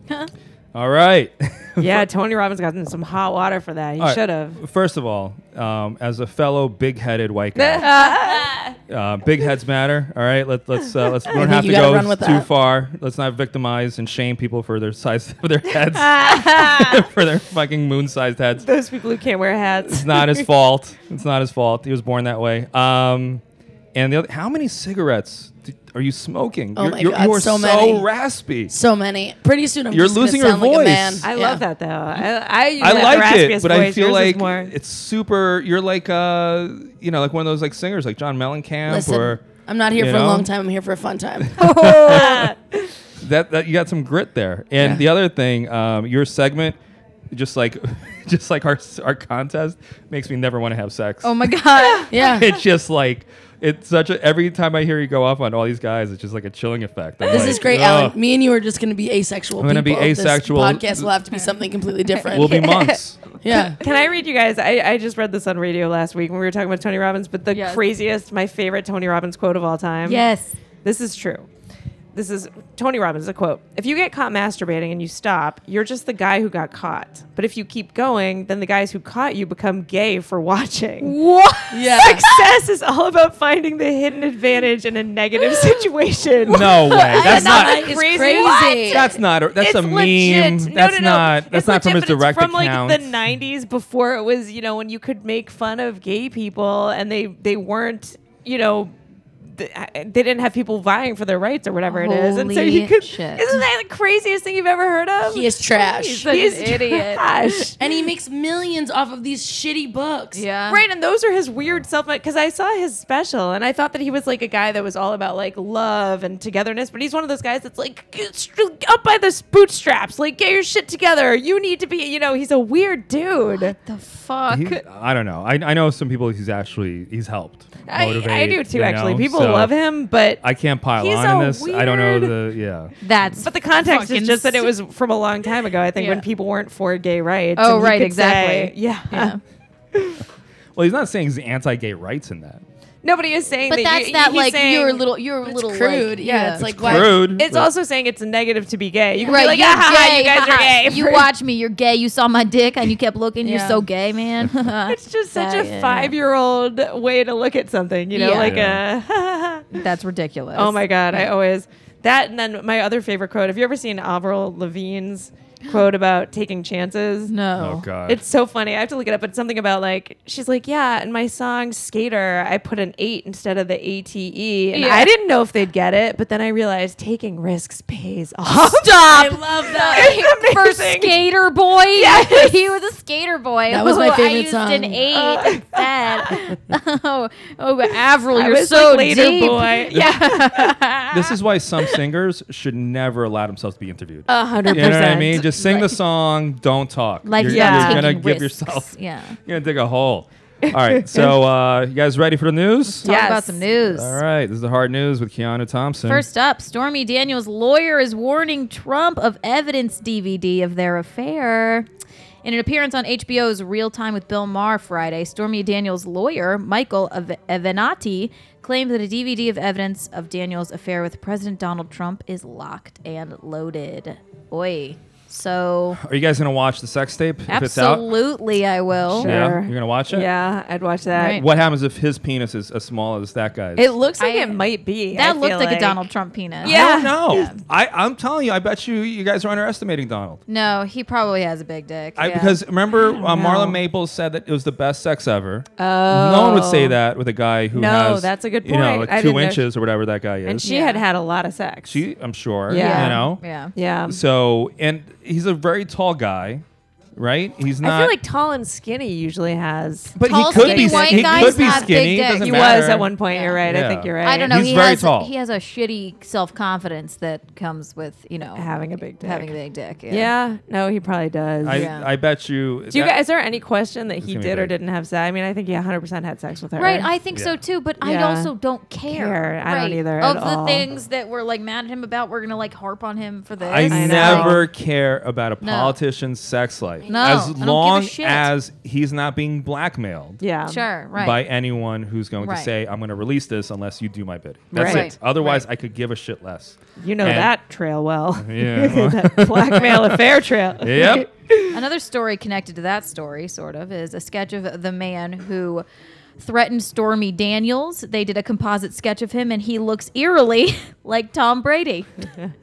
A: All right.
C: yeah, Tony Robbins got in some hot water for that. He
A: All right.
C: should have.
A: First of all, um, as a fellow big-headed white guy, uh, big heads matter. All right, let, let's uh, let's we don't
D: think
A: have
D: you
A: to
D: gotta
A: go
D: run with
A: too
D: that.
A: far. Let's not victimize and shame people for their size for their heads for their fucking moon-sized heads.
C: Those people who can't wear hats.
A: It's not his fault. It's not his fault. He was born that way. Um, and the other, how many cigarettes d- are you smoking?
D: Oh
A: you're,
D: my
A: you're-
D: God,
A: you are so,
D: so many.
A: raspy.
D: So many. Pretty soon I'm
A: You're
D: just gonna
A: losing your
D: sound like a
A: voice.
D: man.
C: I
D: Yeah.
C: love that though. I, I,
A: I
C: have the
A: like
C: raspiest
A: it, but I
C: voice.
A: feel
C: Yours is
A: like
C: more-
A: it's super. You're like uh, you know, like one of those like singers, like John Mellencamp,
D: Listen,
A: or
D: I'm not here
A: you
D: for a
A: know?
D: long time. I'm here for a fun time.
A: that, that you got some grit there. And the other thing, um, your segment, just like, just like our our contest, makes me never want to have sex.
B: Oh my god.
D: yeah.
A: it's just like it's such a every time I hear you go off on all these guys, it's just like a chilling effect. I'm
D: This
A: like,
D: is great,
A: "Ugh."
D: Alan. Me and you are just going to be asexual.
A: I'm gonna be
D: people. This
A: asexual.
D: podcast will have to be something completely different.
A: We'll be monks.
D: yeah.
C: Can I read you guys? I, I just read this on radio last week when we were talking about Tony Robbins, but the
B: Yes.
C: craziest, my favorite Tony Robbins quote of all time.
B: Yes.
C: This is true. This is Tony Robbins, a quote. If you get caught masturbating and you stop, you're just the guy who got caught. But if you keep going, then the guys who caught you become gay for watching.
B: What?
D: Yeah.
C: Success is all about finding the hidden advantage in a negative situation.
A: no way. That's not.
D: It's
C: crazy.
D: crazy.
C: What?
A: That's not. A, that's
C: it's
A: a
C: legit.
A: meme.
C: No,
A: that's
C: no, no.
A: not. That's
C: It's
A: not from his
C: legit, but
A: direct
C: it's from
A: account.
C: like the '90s, before it was, you know, when you could make fun of gay people and they they weren't, you know. th- uh, They didn't have people vying for their rights or whatever it is, and so
B: Holy
C: you could.
B: shit.
C: Isn't that the craziest thing you've ever heard of?
D: He is trash.
B: Such
C: He's
B: an idiot.
C: trash.
D: And he makes millions off of these shitty books.
B: Yeah.
C: Right, and those are his weird self. Because I saw his special, and I thought that he was like a guy that was all about like love and togetherness. But he's one of those guys that's like "Get str- up by the bootstraps, like get your shit together. You need to be, you know, he's a weird dude.
B: The fuck.
A: He- I don't know. I, I know some people he's actually he's helped.
C: I, I
A: motivate,
C: do too,
A: you
C: actually.
A: know?
C: People
A: So
C: love him, but
A: I can't pile
C: He's
A: on in
C: a
A: this. I don't know
C: weird-
A: the yeah.
B: That's
C: but the context
B: fucking
C: is just that it was from a long time ago. I think when
B: Yeah.
C: people weren't for gay rights.
B: Oh,
C: and he
B: right,
C: could say-
B: exactly.
C: yeah.
A: uh,
B: Yeah.
A: Well, he's not saying he's anti-gay rights in that.
C: Nobody is saying,
B: But
C: that
B: that's
C: you-
B: that
C: he's
B: like
C: saying-
B: you're a little you're a little
D: Crude.
B: Like,
D: yeah. It's like, why?
A: Rude.
C: It's also saying it's negative to be gay. You can
B: Right,
C: be like,
B: you're
C: ah, ha, ha,
B: gay,
C: you guys
B: ha,
C: are gay.
B: You watch me. You're gay. You saw my dick and you kept looking.
D: Yeah.
B: You're so gay, man.
C: It's just such
B: That-
C: a
B: yeah, yeah.
C: five-year-old way to look at something, you know,
B: Yeah.
C: like
A: Yeah.
C: a. ha, ha, ha.
B: That's ridiculous.
C: oh my god, I always that. And then my other favorite quote. Have you ever seen Avril Lavigne's quote about taking chances?
B: No.
A: oh god.
C: It's so funny. I have to look it up, but something about like she's like, yeah, in my song Skater, I put an eight instead of the A T E, and
B: Yeah.
C: I didn't know if they'd get it, but then I realized taking risks pays off.
B: Stop.
D: I love that.
C: It's
B: for
C: amazing.
B: skater boy. he was a skater boy.
D: That was my
B: who
D: favorite
B: I used
D: song.
B: An eight instead. oh, oh, Avril,
C: I
B: you're
C: was
B: so
C: like, later,
B: deep.
C: boy. Yeah,
A: this is why some singers should never allow themselves to be interviewed.
C: a hundred
A: you know
C: percent.
A: what I mean? Just sing the song. Don't talk.
B: Like
A: you're,
C: yeah.
A: you're gonna
B: taking
A: give
B: risks.
A: yourself.
B: Yeah.
A: You're gonna dig a hole. All right. So uh, you guys ready for the news?
B: Talk
C: Yes.
B: about some news.
A: All right. This is the hard news with Keanu Thompson.
B: First up, Stormy Daniels' lawyer is warning Trump of evidence DVD of their affair. In an appearance on HBO's Real Time with Bill Maher Friday, Stormy Daniels' lawyer, Michael Ev- Evanati, claimed that a DVD of evidence of Daniels' affair with President Donald Trump is locked and loaded. Oi. So
A: Are you guys gonna watch the sex tape if it's out?
B: absolutely, I will.
C: Sure.
A: Yeah, you're gonna watch it.
C: Yeah, I'd watch that.
B: Right.
A: What happens if his penis is as small as that guy's?
C: It looks like
B: I-
C: it might be. I
B: That looked
C: feel
B: like, a Donald Trump penis.
C: Yeah.
A: No, I, I'm telling you, I bet you you guys are underestimating Donald.
B: No, he probably has a big dick.
A: I,
B: yeah.
A: Because remember, uh, Marla Maples said that it was the best sex ever. Oh. No one would say that with a guy who
C: Oh. No,
A: has
C: that's a good
A: You know,
C: point. I
A: like
C: didn't
A: two
C: know-
A: inches or whatever that guy is.
C: And she
B: Yeah.
C: had had a lot of sex.
A: she, I'm sure.
C: Yeah.
A: You know.
B: yeah.
C: yeah.
A: So, and he's a very tall guy, right? He's not.
C: I feel like tall and skinny usually has.
A: but
B: Tall,
A: he could
B: skinny
A: be,
B: white
A: he
B: guys
A: could be
B: have big
A: skinny.
B: dicks.
A: doesn't
C: He
A: matter.
C: was at one point. You're right.
A: Yeah.
C: I think you're right.
B: I don't know.
A: He's
B: he
A: very
B: has
A: tall.
B: he has a shitty self confidence that comes with you know
C: Having a big dick.
B: having a big dick. Yeah.
C: Yeah. No, he probably does.
A: I,
B: Yeah.
A: I bet you.
C: Do you
A: that-
C: guys? Is there any question that he
A: gonna be
C: did or
A: big.
C: didn't have sex? I mean, I think he 100 percent had sex with her.
B: Right, I think so
A: Yeah.
B: too, but I
C: Yeah.
B: also don't care.
C: Care. I don't
B: Right.
C: either
B: Of
C: at
B: the
C: all.
B: things that we're like mad at him about, we're gonna like harp on him for this.
A: I,
C: know.
A: never care about a politician's sex life.
B: No, I
A: as
B: don't give a
A: long
B: shit.
A: as he's not being blackmailed
C: Yeah.
B: Sure, right.
A: by anyone who's going to
B: Right.
A: say, I'm going to release this unless you do my bidding. That's
C: Right.
A: it. Otherwise, I could give a shit less.
C: You know
A: And-
C: that trail well.
A: Yeah, well-
C: that blackmail affair trail.
A: Yep.
B: Another story connected to that story, sort of, is a sketch of the man who threatened Stormy Daniels. They did a composite sketch of him, and he looks eerily like Tom Brady.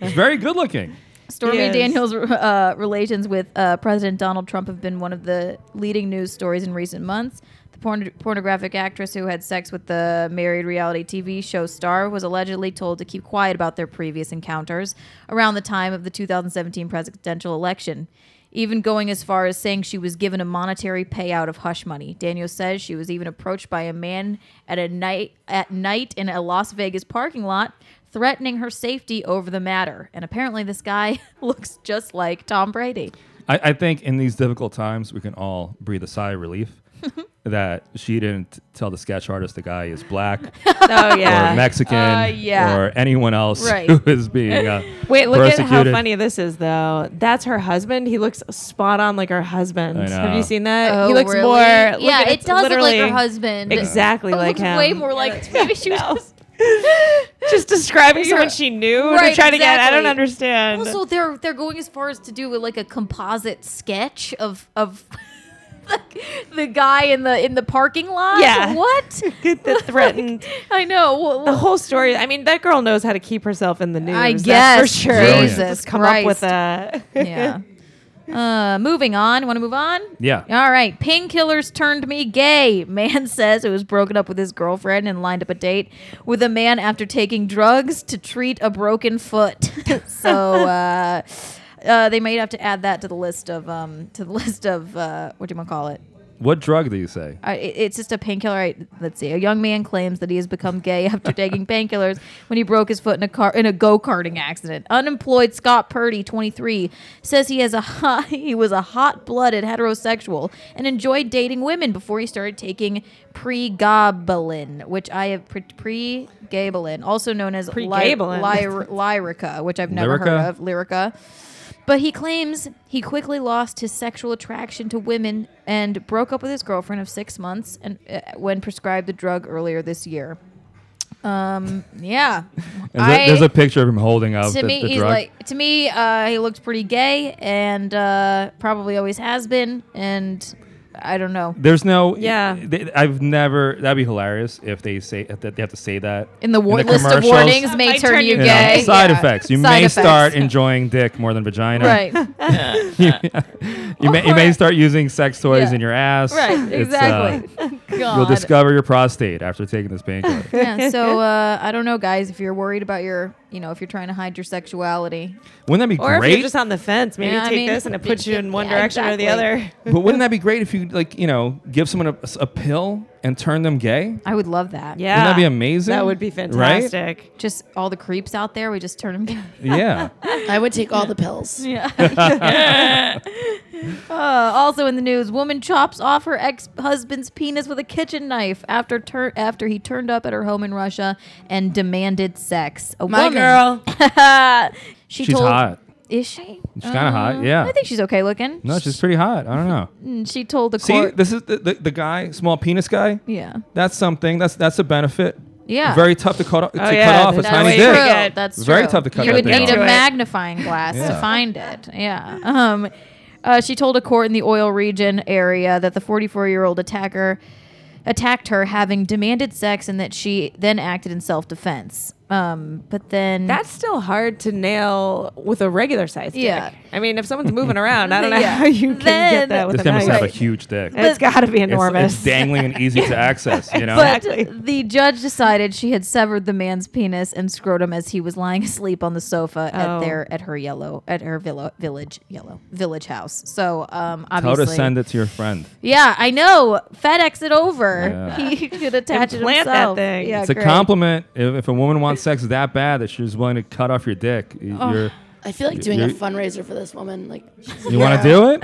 A: He's very good looking.
B: Stormy
C: Yes.
B: Daniels' uh, relations with uh, President Donald Trump have been one of the leading news stories in recent months. The porn- pornographic actress who had sex with the married reality TV show star was allegedly told to keep quiet about their previous encounters around the time of the 2017 presidential election. Even going as far as saying she was given a monetary payout of hush money. Daniel says she was even approached by a man at a night at night in a Las Vegas parking lot threatening her safety over the matter. And apparently, this guy looks just like Tom Brady.
A: I, I think in these difficult times, we can all breathe a sigh of relief that she didn't tell the sketch artist the guy is black
C: Oh
A: or
C: yeah.
A: Mexican
B: Uh, yeah.
A: or anyone else
B: Right.
A: who is being. Uh,
C: Wait, look at how
A: persecuted.
C: funny this is though. That's her husband. He looks spot on like her husband.
A: I
C: Have
A: know.
C: you seen that?
B: Oh,
C: he looks
B: really?
C: more. look
B: yeah,
C: at-
B: it
C: it's
B: does look like her
C: literally
B: husband.
C: Exactly
B: It
C: like
B: looks
C: him.
B: way more like maybe she was. just-
C: Just describing
B: You're-
C: someone she knew
B: Right,
C: to try to get. I don't
B: exactly.
C: understand.
B: Also, they're they're going as far as to do like a composite sketch of of. The guy in the in the parking lot.
C: Yeah.
B: What?
C: the threatened.
B: I know.
C: The whole story. I mean, that girl knows how to keep herself in the news.
B: I
C: that's
B: guess.
C: for sure.
A: Brilliant.
B: Jesus
C: Just come
B: Christ.
C: up with a.
B: yeah. Uh, moving on. Want to move on?
A: Yeah.
B: All right. Painkillers turned me gay. Man says who was broken up with his girlfriend and lined up a date with a man after taking drugs to treat a broken foot. so uh, uh, they might have to add that to the list of um, to the list of uh, what do you want to call it?
A: what drug do you say?
B: I- it- it's just a painkiller. I- Let's see. A young man claims that he has become gay after taking painkillers when he broke his foot in a car in a go karting accident. Unemployed Scott Purdy, 23, says he has a hot, he was a hot blooded heterosexual and enjoyed dating women before he started taking pregabalin, which I have pre pregabalin, also known as ly-
C: Pregabalin.
B: lyr- lyrica, which I've never
A: Lyrica?
B: heard of. Lyrica. But he claims he quickly lost his sexual attraction to women and broke up with his girlfriend of six months and uh, when prescribed the drug earlier this year. Um, yeah.
A: There's, a,
B: I-
A: there's a picture of him holding up
B: to
A: the,
B: me,
A: the
B: he's
A: drug.
B: like to me. Uh, he looks pretty gay and uh, probably always has been. And I don't know
A: There's no.
C: Yeah.
A: th- I've never. That'd be hilarious if they say that they have to say that
B: in the, war-
A: In the
B: list of
A: commercials,
B: warnings may
C: Might
B: turn
C: turn
B: you
C: you
A: You know,
B: gay.
A: side
B: Yeah.
A: effects. You
B: Side
A: may
B: effects.
A: start enjoying dick more than vagina.
B: right.
A: You may, you may start using sex toys
B: Yeah.
A: in your ass.
B: Right,
A: It's, uh,
B: exactly. God.
A: you'll discover your prostate after taking this painkiller.
B: yeah. So uh, I don't know, guys. If you're worried about your, you know, if you're trying to hide your sexuality,
A: Wouldn't that be
C: Or if
A: great?
C: you're just on the fence, maybe
B: Yeah, I
C: take
B: mean,
C: this and it puts you in one
B: yeah,
C: direction or the
B: exactly.
C: other.
A: but wouldn't that be great if you like you know give someone a, a pill and turn them gay?
B: I would love that.
C: Yeah.
A: Wouldn't that be amazing?
C: That would be fantastic.
B: Just all the creeps out there, we just turn them. down.
A: Right? Yeah.
D: I would take all the pills.
B: Uh, also in the news, woman chops off her ex-husband's penis with a kitchen knife after tur- after he turned up at her home in Russia and demanded sex. A
D: My
B: woman-
D: girl.
B: she
A: She's
B: told,
A: hot.
B: Is she?
A: She's kind of
C: Uh,
A: hot. Yeah.
B: I think she's okay looking.
A: no, she's pretty hot. I don't know.
B: Mm, She told the
A: See,
B: court.
A: this is the, the, the guy, small penis guy.
B: yeah.
A: That's something. That's that's a benefit.
B: Yeah.
A: Very tough to cut, o- to cut
C: Oh, yeah,
A: off a
C: that's
A: tiny
C: way
A: dick.
C: true. Yeah.
B: That's
A: Very
B: true.
A: tough to cut
B: You
A: that
B: would
A: thing
B: need
A: off.
B: a
C: Right.
B: magnifying glass to
A: Yeah.
B: find it. Yeah. Um, uh, she told a court in the oil region area that the 44-year-old attacker attacked her, having demanded sex, and that she then acted in self-defense. Um, but then
C: That's still hard to nail with a regular size dick.
B: Yeah.
C: I mean, if someone's moving around, I don't know
B: Yeah.
C: how you can
B: Then-
C: get that with
A: This
C: a
A: guy must have a
C: knife.
A: huge dick.
C: It's got to be enormous.
A: It's, it's dangling and easy to access, you know?
B: But
C: Exactly.
B: the judge decided she had severed the man's penis and scrotum as he was lying asleep on the sofa at
C: Oh.
B: their at her yellow at her villo, village yellow village house. So um
A: How
B: obviously
A: to send it to your friend.
B: Yeah, I know. FedEx it over.
A: Yeah.
B: He could attach it
C: Implant that
B: himself.
C: thing.
B: Yeah,
A: It's a
B: great.
A: compliment. If, if a woman wants sex that bad that she's willing to cut off your dick, y-
B: Oh.
A: you're,
D: I feel like doing a
A: You're-
D: fundraiser for this woman. Like
A: you want to do it?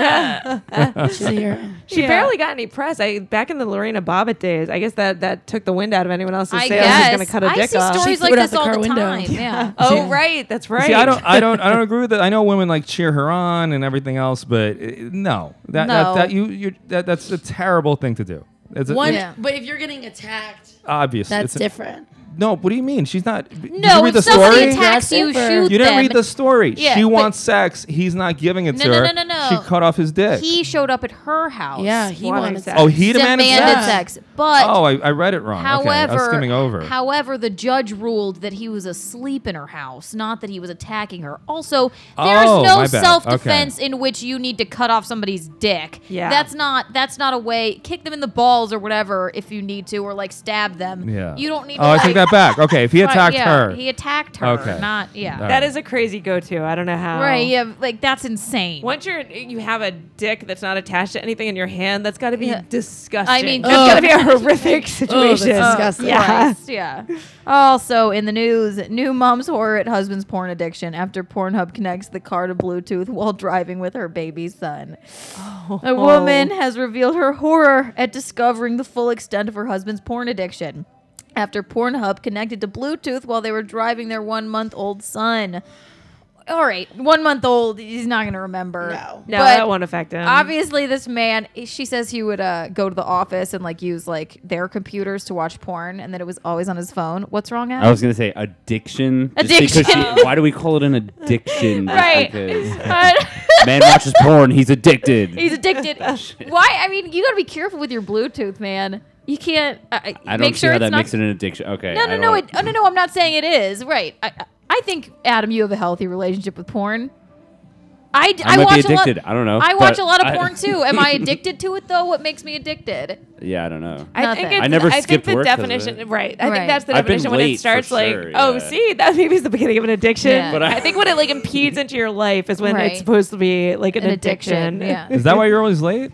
D: she's a hero.
C: She barely got any press. I back in the Lorena Bobbitt days. I guess that that took the wind out of anyone else's
B: I
C: sails. Who's
B: guess.
C: going to cut a
B: I
C: dick
B: see
C: off?
B: stories
D: She
B: like
D: threw it out
B: this
D: the
B: all
D: car
B: the
D: window.
B: time. Yeah.
C: oh right, that's right.
A: See, I don't, uh, I don't, I don't agree with that. I know women like cheer her on and everything else, but uh, no, that,
B: No.
A: that, that you, you, that, that's a terrible thing to do. It's a,
D: One,
A: it's
B: Yeah.
D: but if you're getting attacked,
A: obvious.
D: that's
A: It's a-
D: different.
A: no, what do you mean? She's not. did you
B: No,
A: read
B: if
A: the
B: somebody
A: story?
B: attacks you, shoot
D: That's different.
A: You didn't
B: them.
A: read the story.
B: Yeah,
A: she
B: but-
A: wants sex. He's not giving it
B: No,
A: to
B: no,
A: her.
B: no, no, no.
A: She cut off his dick.
B: He showed up at her house.
D: Yeah, he
C: Wanting
D: wanted
C: sex.
A: oh, he demanded,
B: demanded
A: sex.
B: sex. But
A: Oh, I, I read it wrong. okay, I was
B: However,
A: skimming over.
B: however, the judge ruled that he was asleep in her house, not that he was attacking her. Also, there's
A: Oh,
B: no
A: my bad.
B: self-defense in which you need to cut off somebody's dick.
C: Yeah.
B: that's not that's not a way. Kick them in the balls or whatever if you need to, or like stab them.
A: yeah.
B: you don't need.
A: Oh,
B: to,
A: I
B: like,
A: take that back. Okay, if he
B: but
A: attacked
B: yeah,
A: her.
B: He attacked her.
A: Okay.
B: Not yeah.
A: All
C: That is a crazy go-to. I don't know how.
B: Right. Yeah. Like that's insane.
C: Once you're you have a dick that's not attached to anything in your hand, that's got to be
B: Yeah.
C: disgusting.
B: I mean,
C: that's
B: Ugh.
C: got to be a horrific
D: Oh, that's
C: situation.
D: disgusting.
C: yeah.
B: Christ, yeah. Also in the news, new mom's horror at husband's porn addiction after Pornhub connects the car to Bluetooth while driving with her baby son. A woman has revealed her horror at discovering the full extent of her husband's porn addiction. After Pornhub connected to Bluetooth while they were driving their one month old son. All right, one month old, he's not going to remember.
D: No.
C: No,
B: But
C: that won't affect
G: Um,
C: him.
B: Obviously, this man, she says he would uh, go to the office and like use like their computers to watch porn, and that it was always on his phone. What's wrong,
G: I
B: Adam?
G: was gonna say addiction. just
B: Addiction.
G: because she- why do we call it an addiction? Just
B: Right.
G: because
B: Uh,
G: man watches porn. He's addicted.
B: He's addicted. Why? I mean, you gotta be careful with your Bluetooth, man. You can't. Uh,
G: I don't
B: make
G: see
B: sure
G: how
B: it's
G: that
B: not.
G: makes it an addiction. Okay.
B: no,
G: I
B: no, no,
G: don't-
B: it, oh, no, no. I'm not saying it is. Right. I, I- I think Adam, you have a healthy relationship with porn. I, d-
G: I
B: I
G: might be
B: watch
G: addicted.
B: a lot.
G: I don't know,
B: I watch
G: but
B: a lot of
G: I-
B: porn too. Am I addicted to it though? What makes me addicted?
G: yeah, I don't know.
C: I
B: Nothing.
C: think it's,
G: I never
C: think
G: skipped
C: the
G: work 'cause of
C: definition.
G: it.
C: Right. I
B: Right.
C: think that's the
G: I've been
C: definition when
G: late
C: it
G: for
C: starts like,
G: sure,
C: oh,
G: yeah.
C: see, that maybe is the beginning of an addiction.
B: Yeah. But
C: I,
G: I-
C: think when it like impedes into your life is when
B: Right.
C: it's supposed to be like an, addiction.
B: Yeah.
A: Is that why you're always late?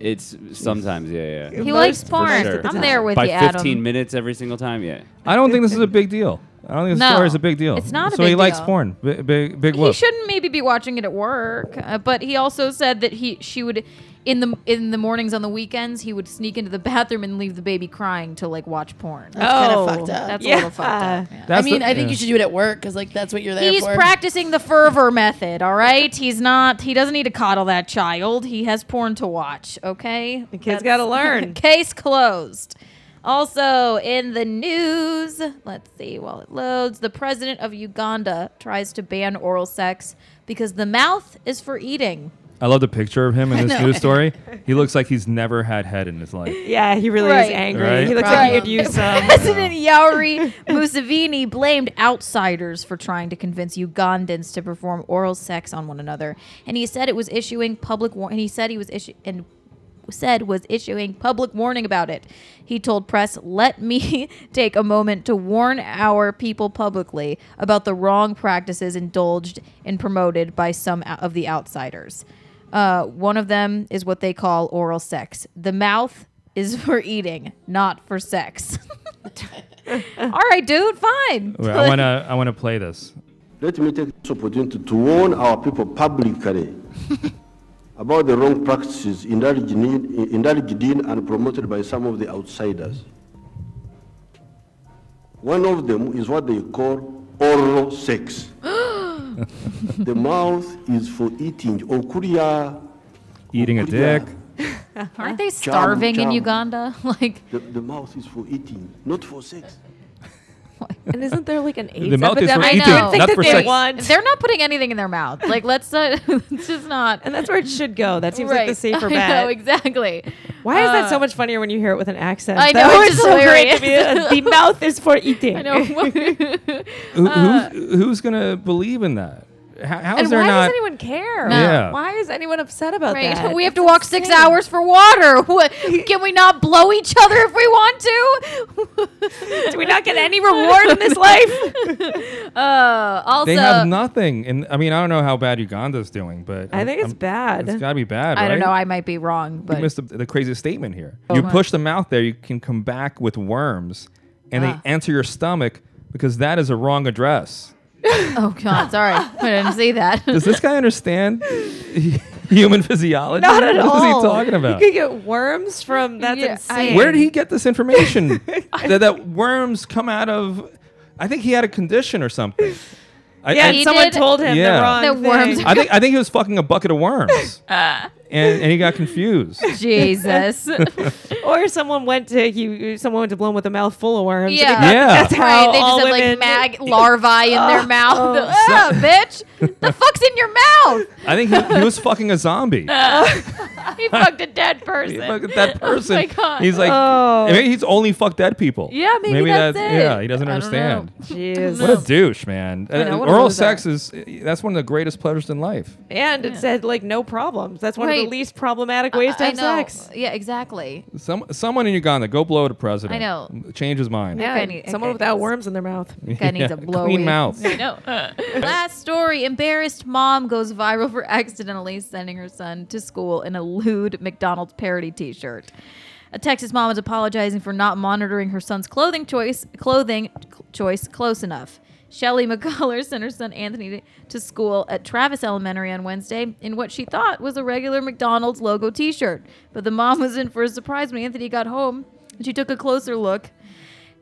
G: It's sometimes, yeah, yeah.
B: He
C: Most
B: likes
C: for
B: porn.
G: sure.
B: I'm there with
G: By
B: you, Adam.
G: 15 minutes every single time, yeah.
A: I don't think this is a big deal. I don't think this
B: No,
A: story is a big deal.
B: it's not a
A: so he
B: big
A: likes
B: deal.
A: porn. Big, big, big
B: He
A: whoop.
B: shouldn't maybe be watching it at work, uh, but he also said that he she would in the in the mornings on the weekends he would sneak into the bathroom and leave the baby crying to like watch porn.
D: That's kind
C: Oh,
D: of fucked up.
B: That's
C: yeah.
B: a little fucked up. yeah.
D: I
A: That's
D: mean,
A: the-
D: I think
A: yeah.
D: you should do it at work because like that's what you're there
B: He's
D: for.
B: practicing the fervor method, all right? He's not he doesn't need to coddle that child. He has porn to watch, okay?
C: The kid's got to learn.
B: Case closed. Also in the news, let's see while it loads, the president of Uganda tries to ban oral sex because the mouth is for eating.
A: I love the picture of him in this
B: know.
A: news story. He looks like he's never had head in his life.
C: Yeah, he really
B: Right.
C: is angry.
A: Right.
C: He looks like he could use some.
B: President Yoweri Museveni blamed outsiders for trying to convince Ugandans to perform oral sex on one another, and he said it was issuing public war- and he said he was issu- and said was issuing public warning about it. He told press, "Let me take a moment to warn our people publicly about the wrong practices indulged and promoted by some o- of the outsiders." Uh, one of them is what they call oral sex. The mouth is for eating, not for sex. All right, dude, fine.
A: Wait, I wanna, I wanna play this.
H: Let me take this opportunity to warn our people publicly about the wrong practices indulged in, indulged in and promoted by some of the outsiders. One of them is what they call oral sex. the mouth is for eating. Okuria.
A: Eating a dick.
B: Aren't they starving
H: Jam, jam.
B: in Uganda? like,
H: The, the mouth is for eating, not for sex.
C: And isn't there like an AIDS
A: The mouth is for
C: epidemic?
B: eating,
C: I don't think
A: not
C: that
A: for
C: they
A: sex.
C: want.
B: they're not putting anything in their mouth. Like, let's not. it's just not.
C: and that's where it should go. That seems like uh, the safer
B: I know,
C: bet.
B: exactly.
C: Why is that so much funnier when you hear it with an accent?
B: I
C: that
B: know,
C: was
B: it's
C: so great to
B: hilarious.
C: me. The mouth is for eating.
B: I know.
A: Who,
B: Uh,
A: who's, who's gonna believe in that? How, how is
C: And
A: there
C: why
A: not?
C: does anyone care?
A: No. Yeah.
C: Why is anyone upset about
B: right.
C: that?
B: We have to walk six hours for water. What- Can we not blow each other if we want to?
C: Do we not get any reward in this life?
B: Uh, also,
A: they have nothing, and I mean I don't know how bad Uganda's doing, but
C: I
A: I'm-
C: think it's
A: I'm-
C: bad.
A: It's gotta be bad.
B: I don't
A: right?
B: know. I might be wrong,
A: you
B: but
A: missed the, the craziest statement here. you
B: my.
A: push them out there, you can come back with worms, and they enter your stomach because that is a wrong address.
B: oh god, sorry, I didn't see that.
A: Does this guy understand human physiology?
C: Not at all.
A: What is he talking about?
C: You could get worms from. That's
B: Yeah, I-
C: insane.
A: Where did he get this information? that, that worms come out of. I think he had a condition or something. I,
C: Yeah,
A: I-
B: He
C: someone
B: did-
C: told him
A: Yeah.
C: the wrong
B: The worms
C: thing.
A: I think I think he was fucking a bucket of worms, and and he got confused.
B: Jesus.
C: or someone went to you. Someone went to blow him with a mouth full of worms.
B: Yeah.
C: And that-
A: Yeah.
C: that's how
B: right, they
C: all
B: just have
C: women.
B: like mag larvae in their mouth. Ah, bitch, the fuck's in your mouth?
A: I think he, he was fucking a zombie.
B: He fucked a dead person.
A: He fucked that person.
B: Oh my God.
A: He's like,
C: Oh.
A: maybe he's only fucked dead people.
B: Yeah, maybe that's it.
A: Yeah, he doesn't
B: I don't
A: understand.
C: Jeez.
A: What a douche, man. Uh,
B: know, what a
A: oral
B: loser.
A: sex is uh, that's one of the greatest pleasures in life.
C: And it said like no problems. That's one of
B: Right.
C: the least problematic ways to
B: I
C: have
B: know.
C: sex.
B: Yeah, exactly.
A: Some someone in Uganda, go blow at a president.
B: I know.
A: Change his mind.
C: Yeah,
B: Okay, I need-
C: someone
B: okay,
C: without
B: yes.
C: worms in their mouth.
B: Guy needs a blow.
A: Clean mouth.
B: No. Last story. Embarrassed mom goes viral for accidentally sending her son to school in a lewd McDonald's parody t-shirt. A Texas mom is apologizing for not monitoring her son's clothing choice clothing cl- choice close enough. Shelly McCullers sent her son Anthony to- to school at Travis Elementary on Wednesday in what she thought was a regular McDonald's logo t-shirt. But the mom was in for a surprise when Anthony got home and she took a closer look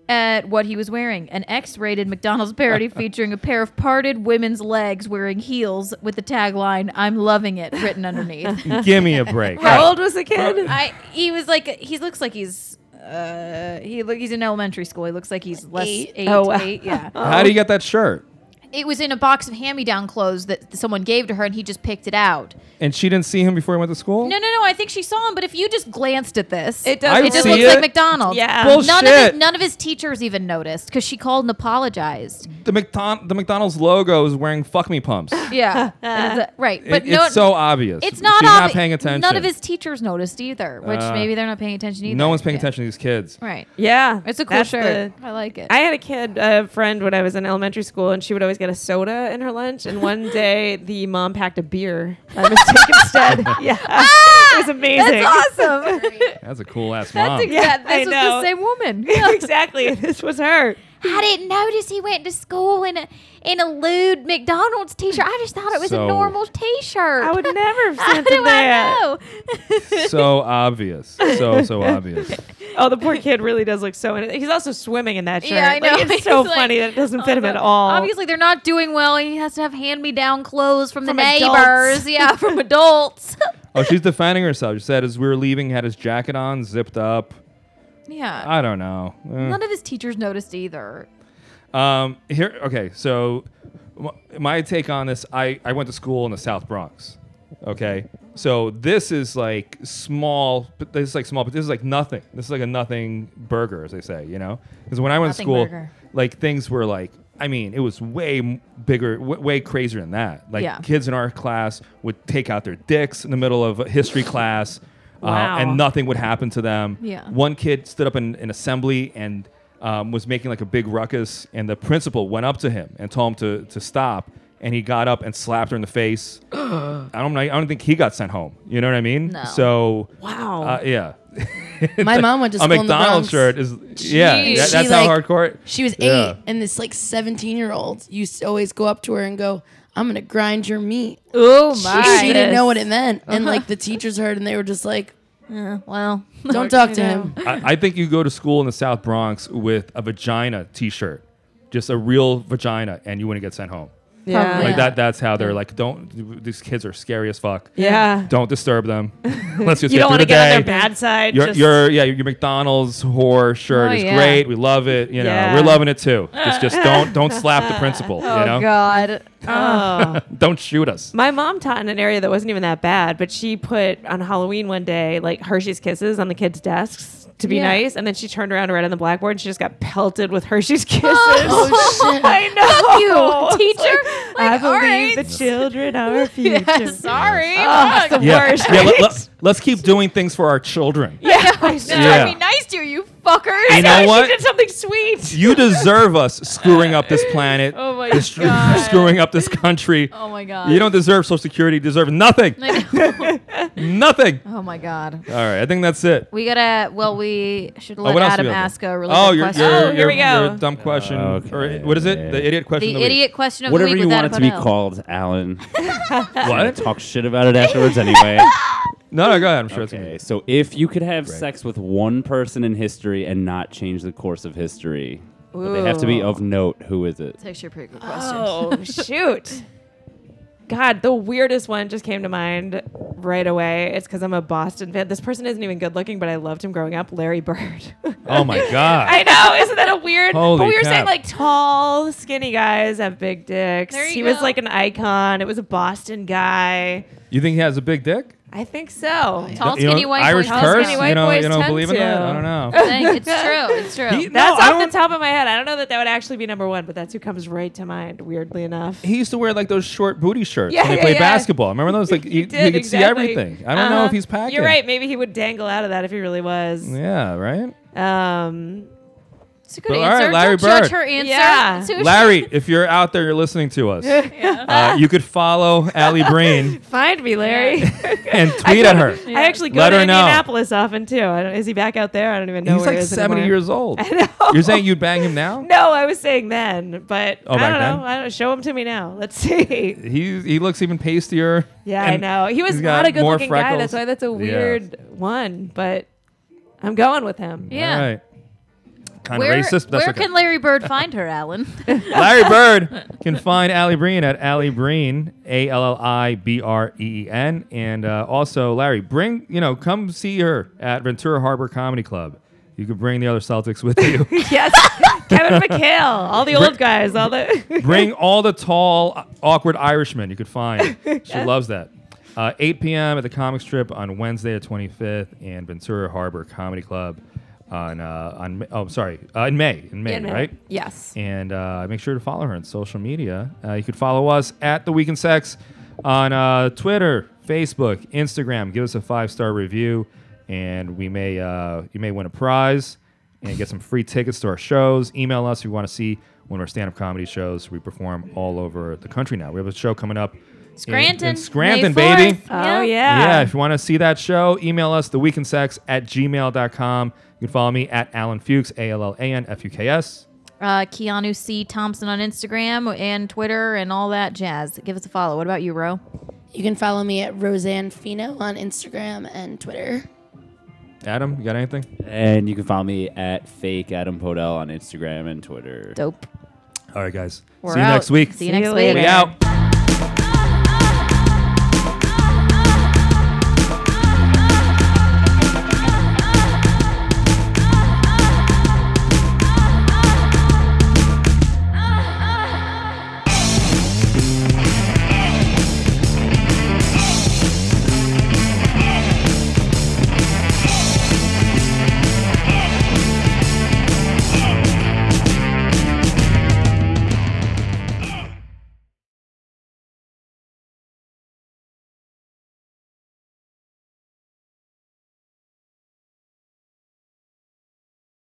B: at what he was wearing an X rated McDonald's parody featuring a pair of parted women's legs wearing heels with the tagline, I'm loving it, written underneath.
A: Give me a break.
C: How old was the kid?
B: I He was like, he looks like he's. Uh, he look, he's in elementary school. He looks like he's less eight,
D: Eight?
B: eight,
C: Oh, wow.
B: yeah.
A: How do you get that shirt?
B: It was in a box of hand-me-down clothes that someone gave to her, and he just picked it out.
A: And she didn't see him before he went to school?
B: No, no, no. I think she saw him, but if you just glanced at this,
C: It
A: I
C: does.
B: it just
A: see
B: looks
A: it.
B: like McDonald's.
C: Yeah.
A: Bullshit.
B: None of his, none of his teachers even noticed because she called and apologized.
A: the, McDon- the McDonald's logo is wearing fuck me pumps.
B: Yeah, And it's a- right. But
A: It-
B: no,
A: it's so obvious.
B: It's not.
A: She's not
B: obvi-
A: paying attention.
B: None of his teachers noticed either, which
A: Uh,
B: maybe they're not paying attention either.
A: no one's paying
B: Yeah.
A: attention to these kids.
B: Right.
C: yeah,
B: It's a cool
C: that's
B: shirt.
C: the-
B: I like it.
C: I had a kid, a friend when I was in elementary school, and she would always get a soda in her lunch. And one day, the mom packed a beer by mistake instead. Yeah, it was amazing.
B: Ah! That's awesome.
A: That's a cool ass
B: That's
A: mom.
B: exactly.
C: Yeah,
B: this
C: I
B: was the
C: know.
B: same woman.
C: exactly. This was her.
B: I didn't notice he went to school in a in a lewd McDonald's t-shirt. I just thought it was
A: So-
B: a normal t-shirt.
C: I would never have
B: How
C: sent
B: do
C: him that.
B: I know?
A: so obvious. So so obvious.
C: Oh, the poor kid really does look so. He's also swimming in that shirt.
B: Yeah, I know.
C: Like, it's so
B: He's like-
C: funny that it doesn't fit him at
B: Also,
C: all.
B: Obviously, they're not doing well. He has to have hand-me-down clothes from,
C: From
B: the
C: adults.
B: neighbors. Yeah, from adults.
A: Oh, she's defending herself. She said as we were leaving, had his jacket on, zipped up.
B: yeah.
A: I don't know. Eh.
B: None of his teachers noticed either.
A: Um, here, okay. So, m- my take on this: I I went to school in the South Bronx. Okay, so this is like small, but this is like small, but this is like nothing. This is like a nothing burger, as they say, you know. Because when I went
B: Nothing
A: to school,
B: burger.
A: like things were like, I mean, it was way m- bigger, w- way crazier than that. Like
B: Yeah.
A: kids in our class would take out their dicks in the middle of a history class,
C: Wow.
A: uh, and nothing would happen to them.
B: Yeah.
A: One kid stood up in an assembly and um, was making like a big ruckus, and the principal went up to him and told him to, to stop. And he got up and slapped her in the face. I don't know. I don't think he got sent home. You know what I mean?
B: No.
A: So
C: wow.
A: uh, yeah.
D: My mom went to
A: a
D: school in the
A: McDonald's shirt
D: Bronx.
A: is yeah.
D: Jeez.
A: that-
D: She,
A: that's how
D: like-
A: hardcore. it-
D: She was eight,
A: Yeah.
D: and this like 17 year old used to always go up to her and go, I'm going to grind your meat.
B: Oh
D: She, she didn't know what it meant. And
A: Uh-huh.
D: like the teachers heard, and they were just like,
B: well,
D: don't talk to him.
A: I, I think you go to school in the South Bronx with a vagina T-shirt, just a real vagina, and you wouldn't get sent home.
C: Yeah.
A: Like
D: Yeah.
A: that. That's how they're like. Don't. These kids are scary as fuck.
C: Yeah.
A: Don't disturb them. Let's just get
C: You
A: through
C: don't want
A: the
C: to get
A: day.
C: on their bad side.
A: Your,
C: just-
A: your yeah, your McDonald's whore shirt
B: Oh,
A: is
B: yeah.
A: great. We love it. You know,
C: Yeah.
A: we're loving it too. Just just don't don't slap the principal. you know,
B: God.
C: Oh.
A: don't shoot us.
C: My mom taught in an area that wasn't even that bad, but she put on Halloween one day like Hershey's Kisses on the kids' desks to be
B: Yeah.
C: nice, and then she turned around and read on the blackboard. and She just got pelted with Hershey's Kisses.
D: Oh shit.
C: I know.
B: You teacher?
C: Oh. I
B: Like, all
C: believe
B: right.
C: the children are our future.
B: Sorry.
C: Oh, it's the
A: Yeah,
C: worst.
A: yeah. Let, us keep doing things for our children.
B: Try to
A: Yeah.
B: be nice to you, you fuckers.
A: You know
C: She
A: what?
C: did something sweet.
A: You deserve us screwing up this planet.
B: Oh my
A: destru-
B: God.
A: Screwing up this country.
B: Oh my god.
A: You don't deserve Social Security. You deserve nothing. nothing.
B: oh my god.
A: All right. I think that's it.
B: We gotta. Well, we should let
A: Oh, what else
B: Adam
A: we have?
B: ask a related
A: Oh, your,
B: question.
A: your,
C: Oh, here we
A: your- your
C: go.
A: dumb question.
G: Okay.
A: Or what is it? The idiot question.
B: the
A: of the
B: idiot question of
G: Whatever
B: the week
G: you
B: with
G: want it
B: Adam
G: to be
B: Podell.
G: called, Alan.
A: Week.
G: I'm gonna
A: What?
G: talk shit about it afterwards anyway.
A: No, no, go ahead. I'm sure it's
G: okay,
A: me.
G: so if you could have sex with one person in history and not change the course of history, but they have to be of note, who is it?
B: It's actually a pretty good question.
C: Oh shoot. God, the weirdest one just came to mind right away. It's because I'm a Boston fan. This person isn't even good looking, but I loved him growing up. Larry Bird.
A: Oh my God.
C: I know. Isn't that a weird?
A: Holy
C: but we were
A: crap.
C: saying like tall, skinny guys have big dicks.
B: There you
C: He was
B: go.
C: like an icon. It was a Boston guy.
A: you think he has a big dick?
C: I think so.
B: Tall,
A: You know,
B: skinny white
A: Irish
B: boys.
A: curse.
C: skinny white
A: you know, you
C: boys
A: don't
C: tend
A: believe in that?
C: to.
A: I don't know.
B: Dang, It's true. It's true.
A: He-
C: That's
A: no, I
C: off
A: don't-
C: the top of my head. I don't know that that would actually be number one, but that's who comes right to mind. Weirdly enough.
A: He used to wear like those short booty shirts
C: Yeah,
A: when he
C: yeah,
A: played
C: yeah.
A: basketball. Remember those? Like you, you
C: Did,
A: could see
C: exactly.
A: everything. I don't know
C: Uh-huh.
A: if he's packing.
C: You're right. Maybe he would dangle out of that if he really was.
A: Yeah, right.
C: Um,
B: It's a good
A: But all
B: answer.
A: right, Larry
B: Don't judge
A: Bird.
B: her answer.
C: Yeah.
B: It's who she-
A: Larry, if you're out there, you're listening to us. uh, you could follow Allie Breen
C: find me, Larry.
A: and tweet at her.
C: I actually go
A: Let
C: to
A: her know.
C: Indianapolis often too. I don't, is he back out there? I don't even know.
A: He's
C: where
A: like
C: he is
A: 70
C: anymore.
A: years old.
C: know.
A: You're saying you'd bang him now?
C: No, I was saying then, but
A: Oh,
C: I
A: back
C: don't know.
A: then?
C: I don't show him to me now. Let's see.
A: He he looks even pastier.
C: Yeah,
A: And
C: I know. He was
A: he's got
C: not a good
A: more
C: looking guy.
A: freckles.
C: That's why that's a
A: Yeah.
C: weird one, but I'm going with him.
B: Yeah.
A: All right. Kind of
B: Where,
A: racist, but that's
B: where
A: okay.
B: can Larry Bird find her, Alan?
A: Larry Bird can find Allie Breen at Allie Breen, A L L I B R E E N. And uh, also, Larry, bring, you know, come see her at Ventura Harbor Comedy Club. You could bring the other Celtics with you.
C: Yes. Kevin McHale, all the old guys, all the
A: Bring all the tall, awkward Irishmen you could find. She loves that. Uh, 8 p.m. at the comic strip on Wednesday, the 25th, and Ventura Harbor Comedy Club on uh, on Ma- oh sorry uh, in May in May right
C: Yes.
A: and uh, make sure to follow her on social media. Uh, you could follow us at The Weekend Sex on uh, Twitter, Facebook, Instagram. Give us a five star review, and we may uh, you may win a prize and get some free tickets to our shows. Email us if you want to see one of our stand up comedy shows. We perform all over the country now. We have a show coming up. in-
B: Scranton.
A: in,
B: May
A: Scranton,
B: 4th.
A: baby.
C: Oh yeah.
A: Yeah, if you want to see that show, email us theweekendsex at gmail.com. You can follow me at Alan Fuchs, A L L A N F U K S.
B: Uh, Keanu C. Thompson on Instagram and Twitter and all that jazz. Give us a follow. What about you, Ro?
D: You can follow me at Roseanne Fino on Instagram and Twitter.
A: Adam, you got anything?
G: And you can follow me at fake Adam Podell on Instagram and Twitter.
B: Dope.
A: All right, guys.
B: We're
A: See you next
B: out.
A: week.
B: See you
C: See
B: next
C: you
B: week.
C: later.
A: We out.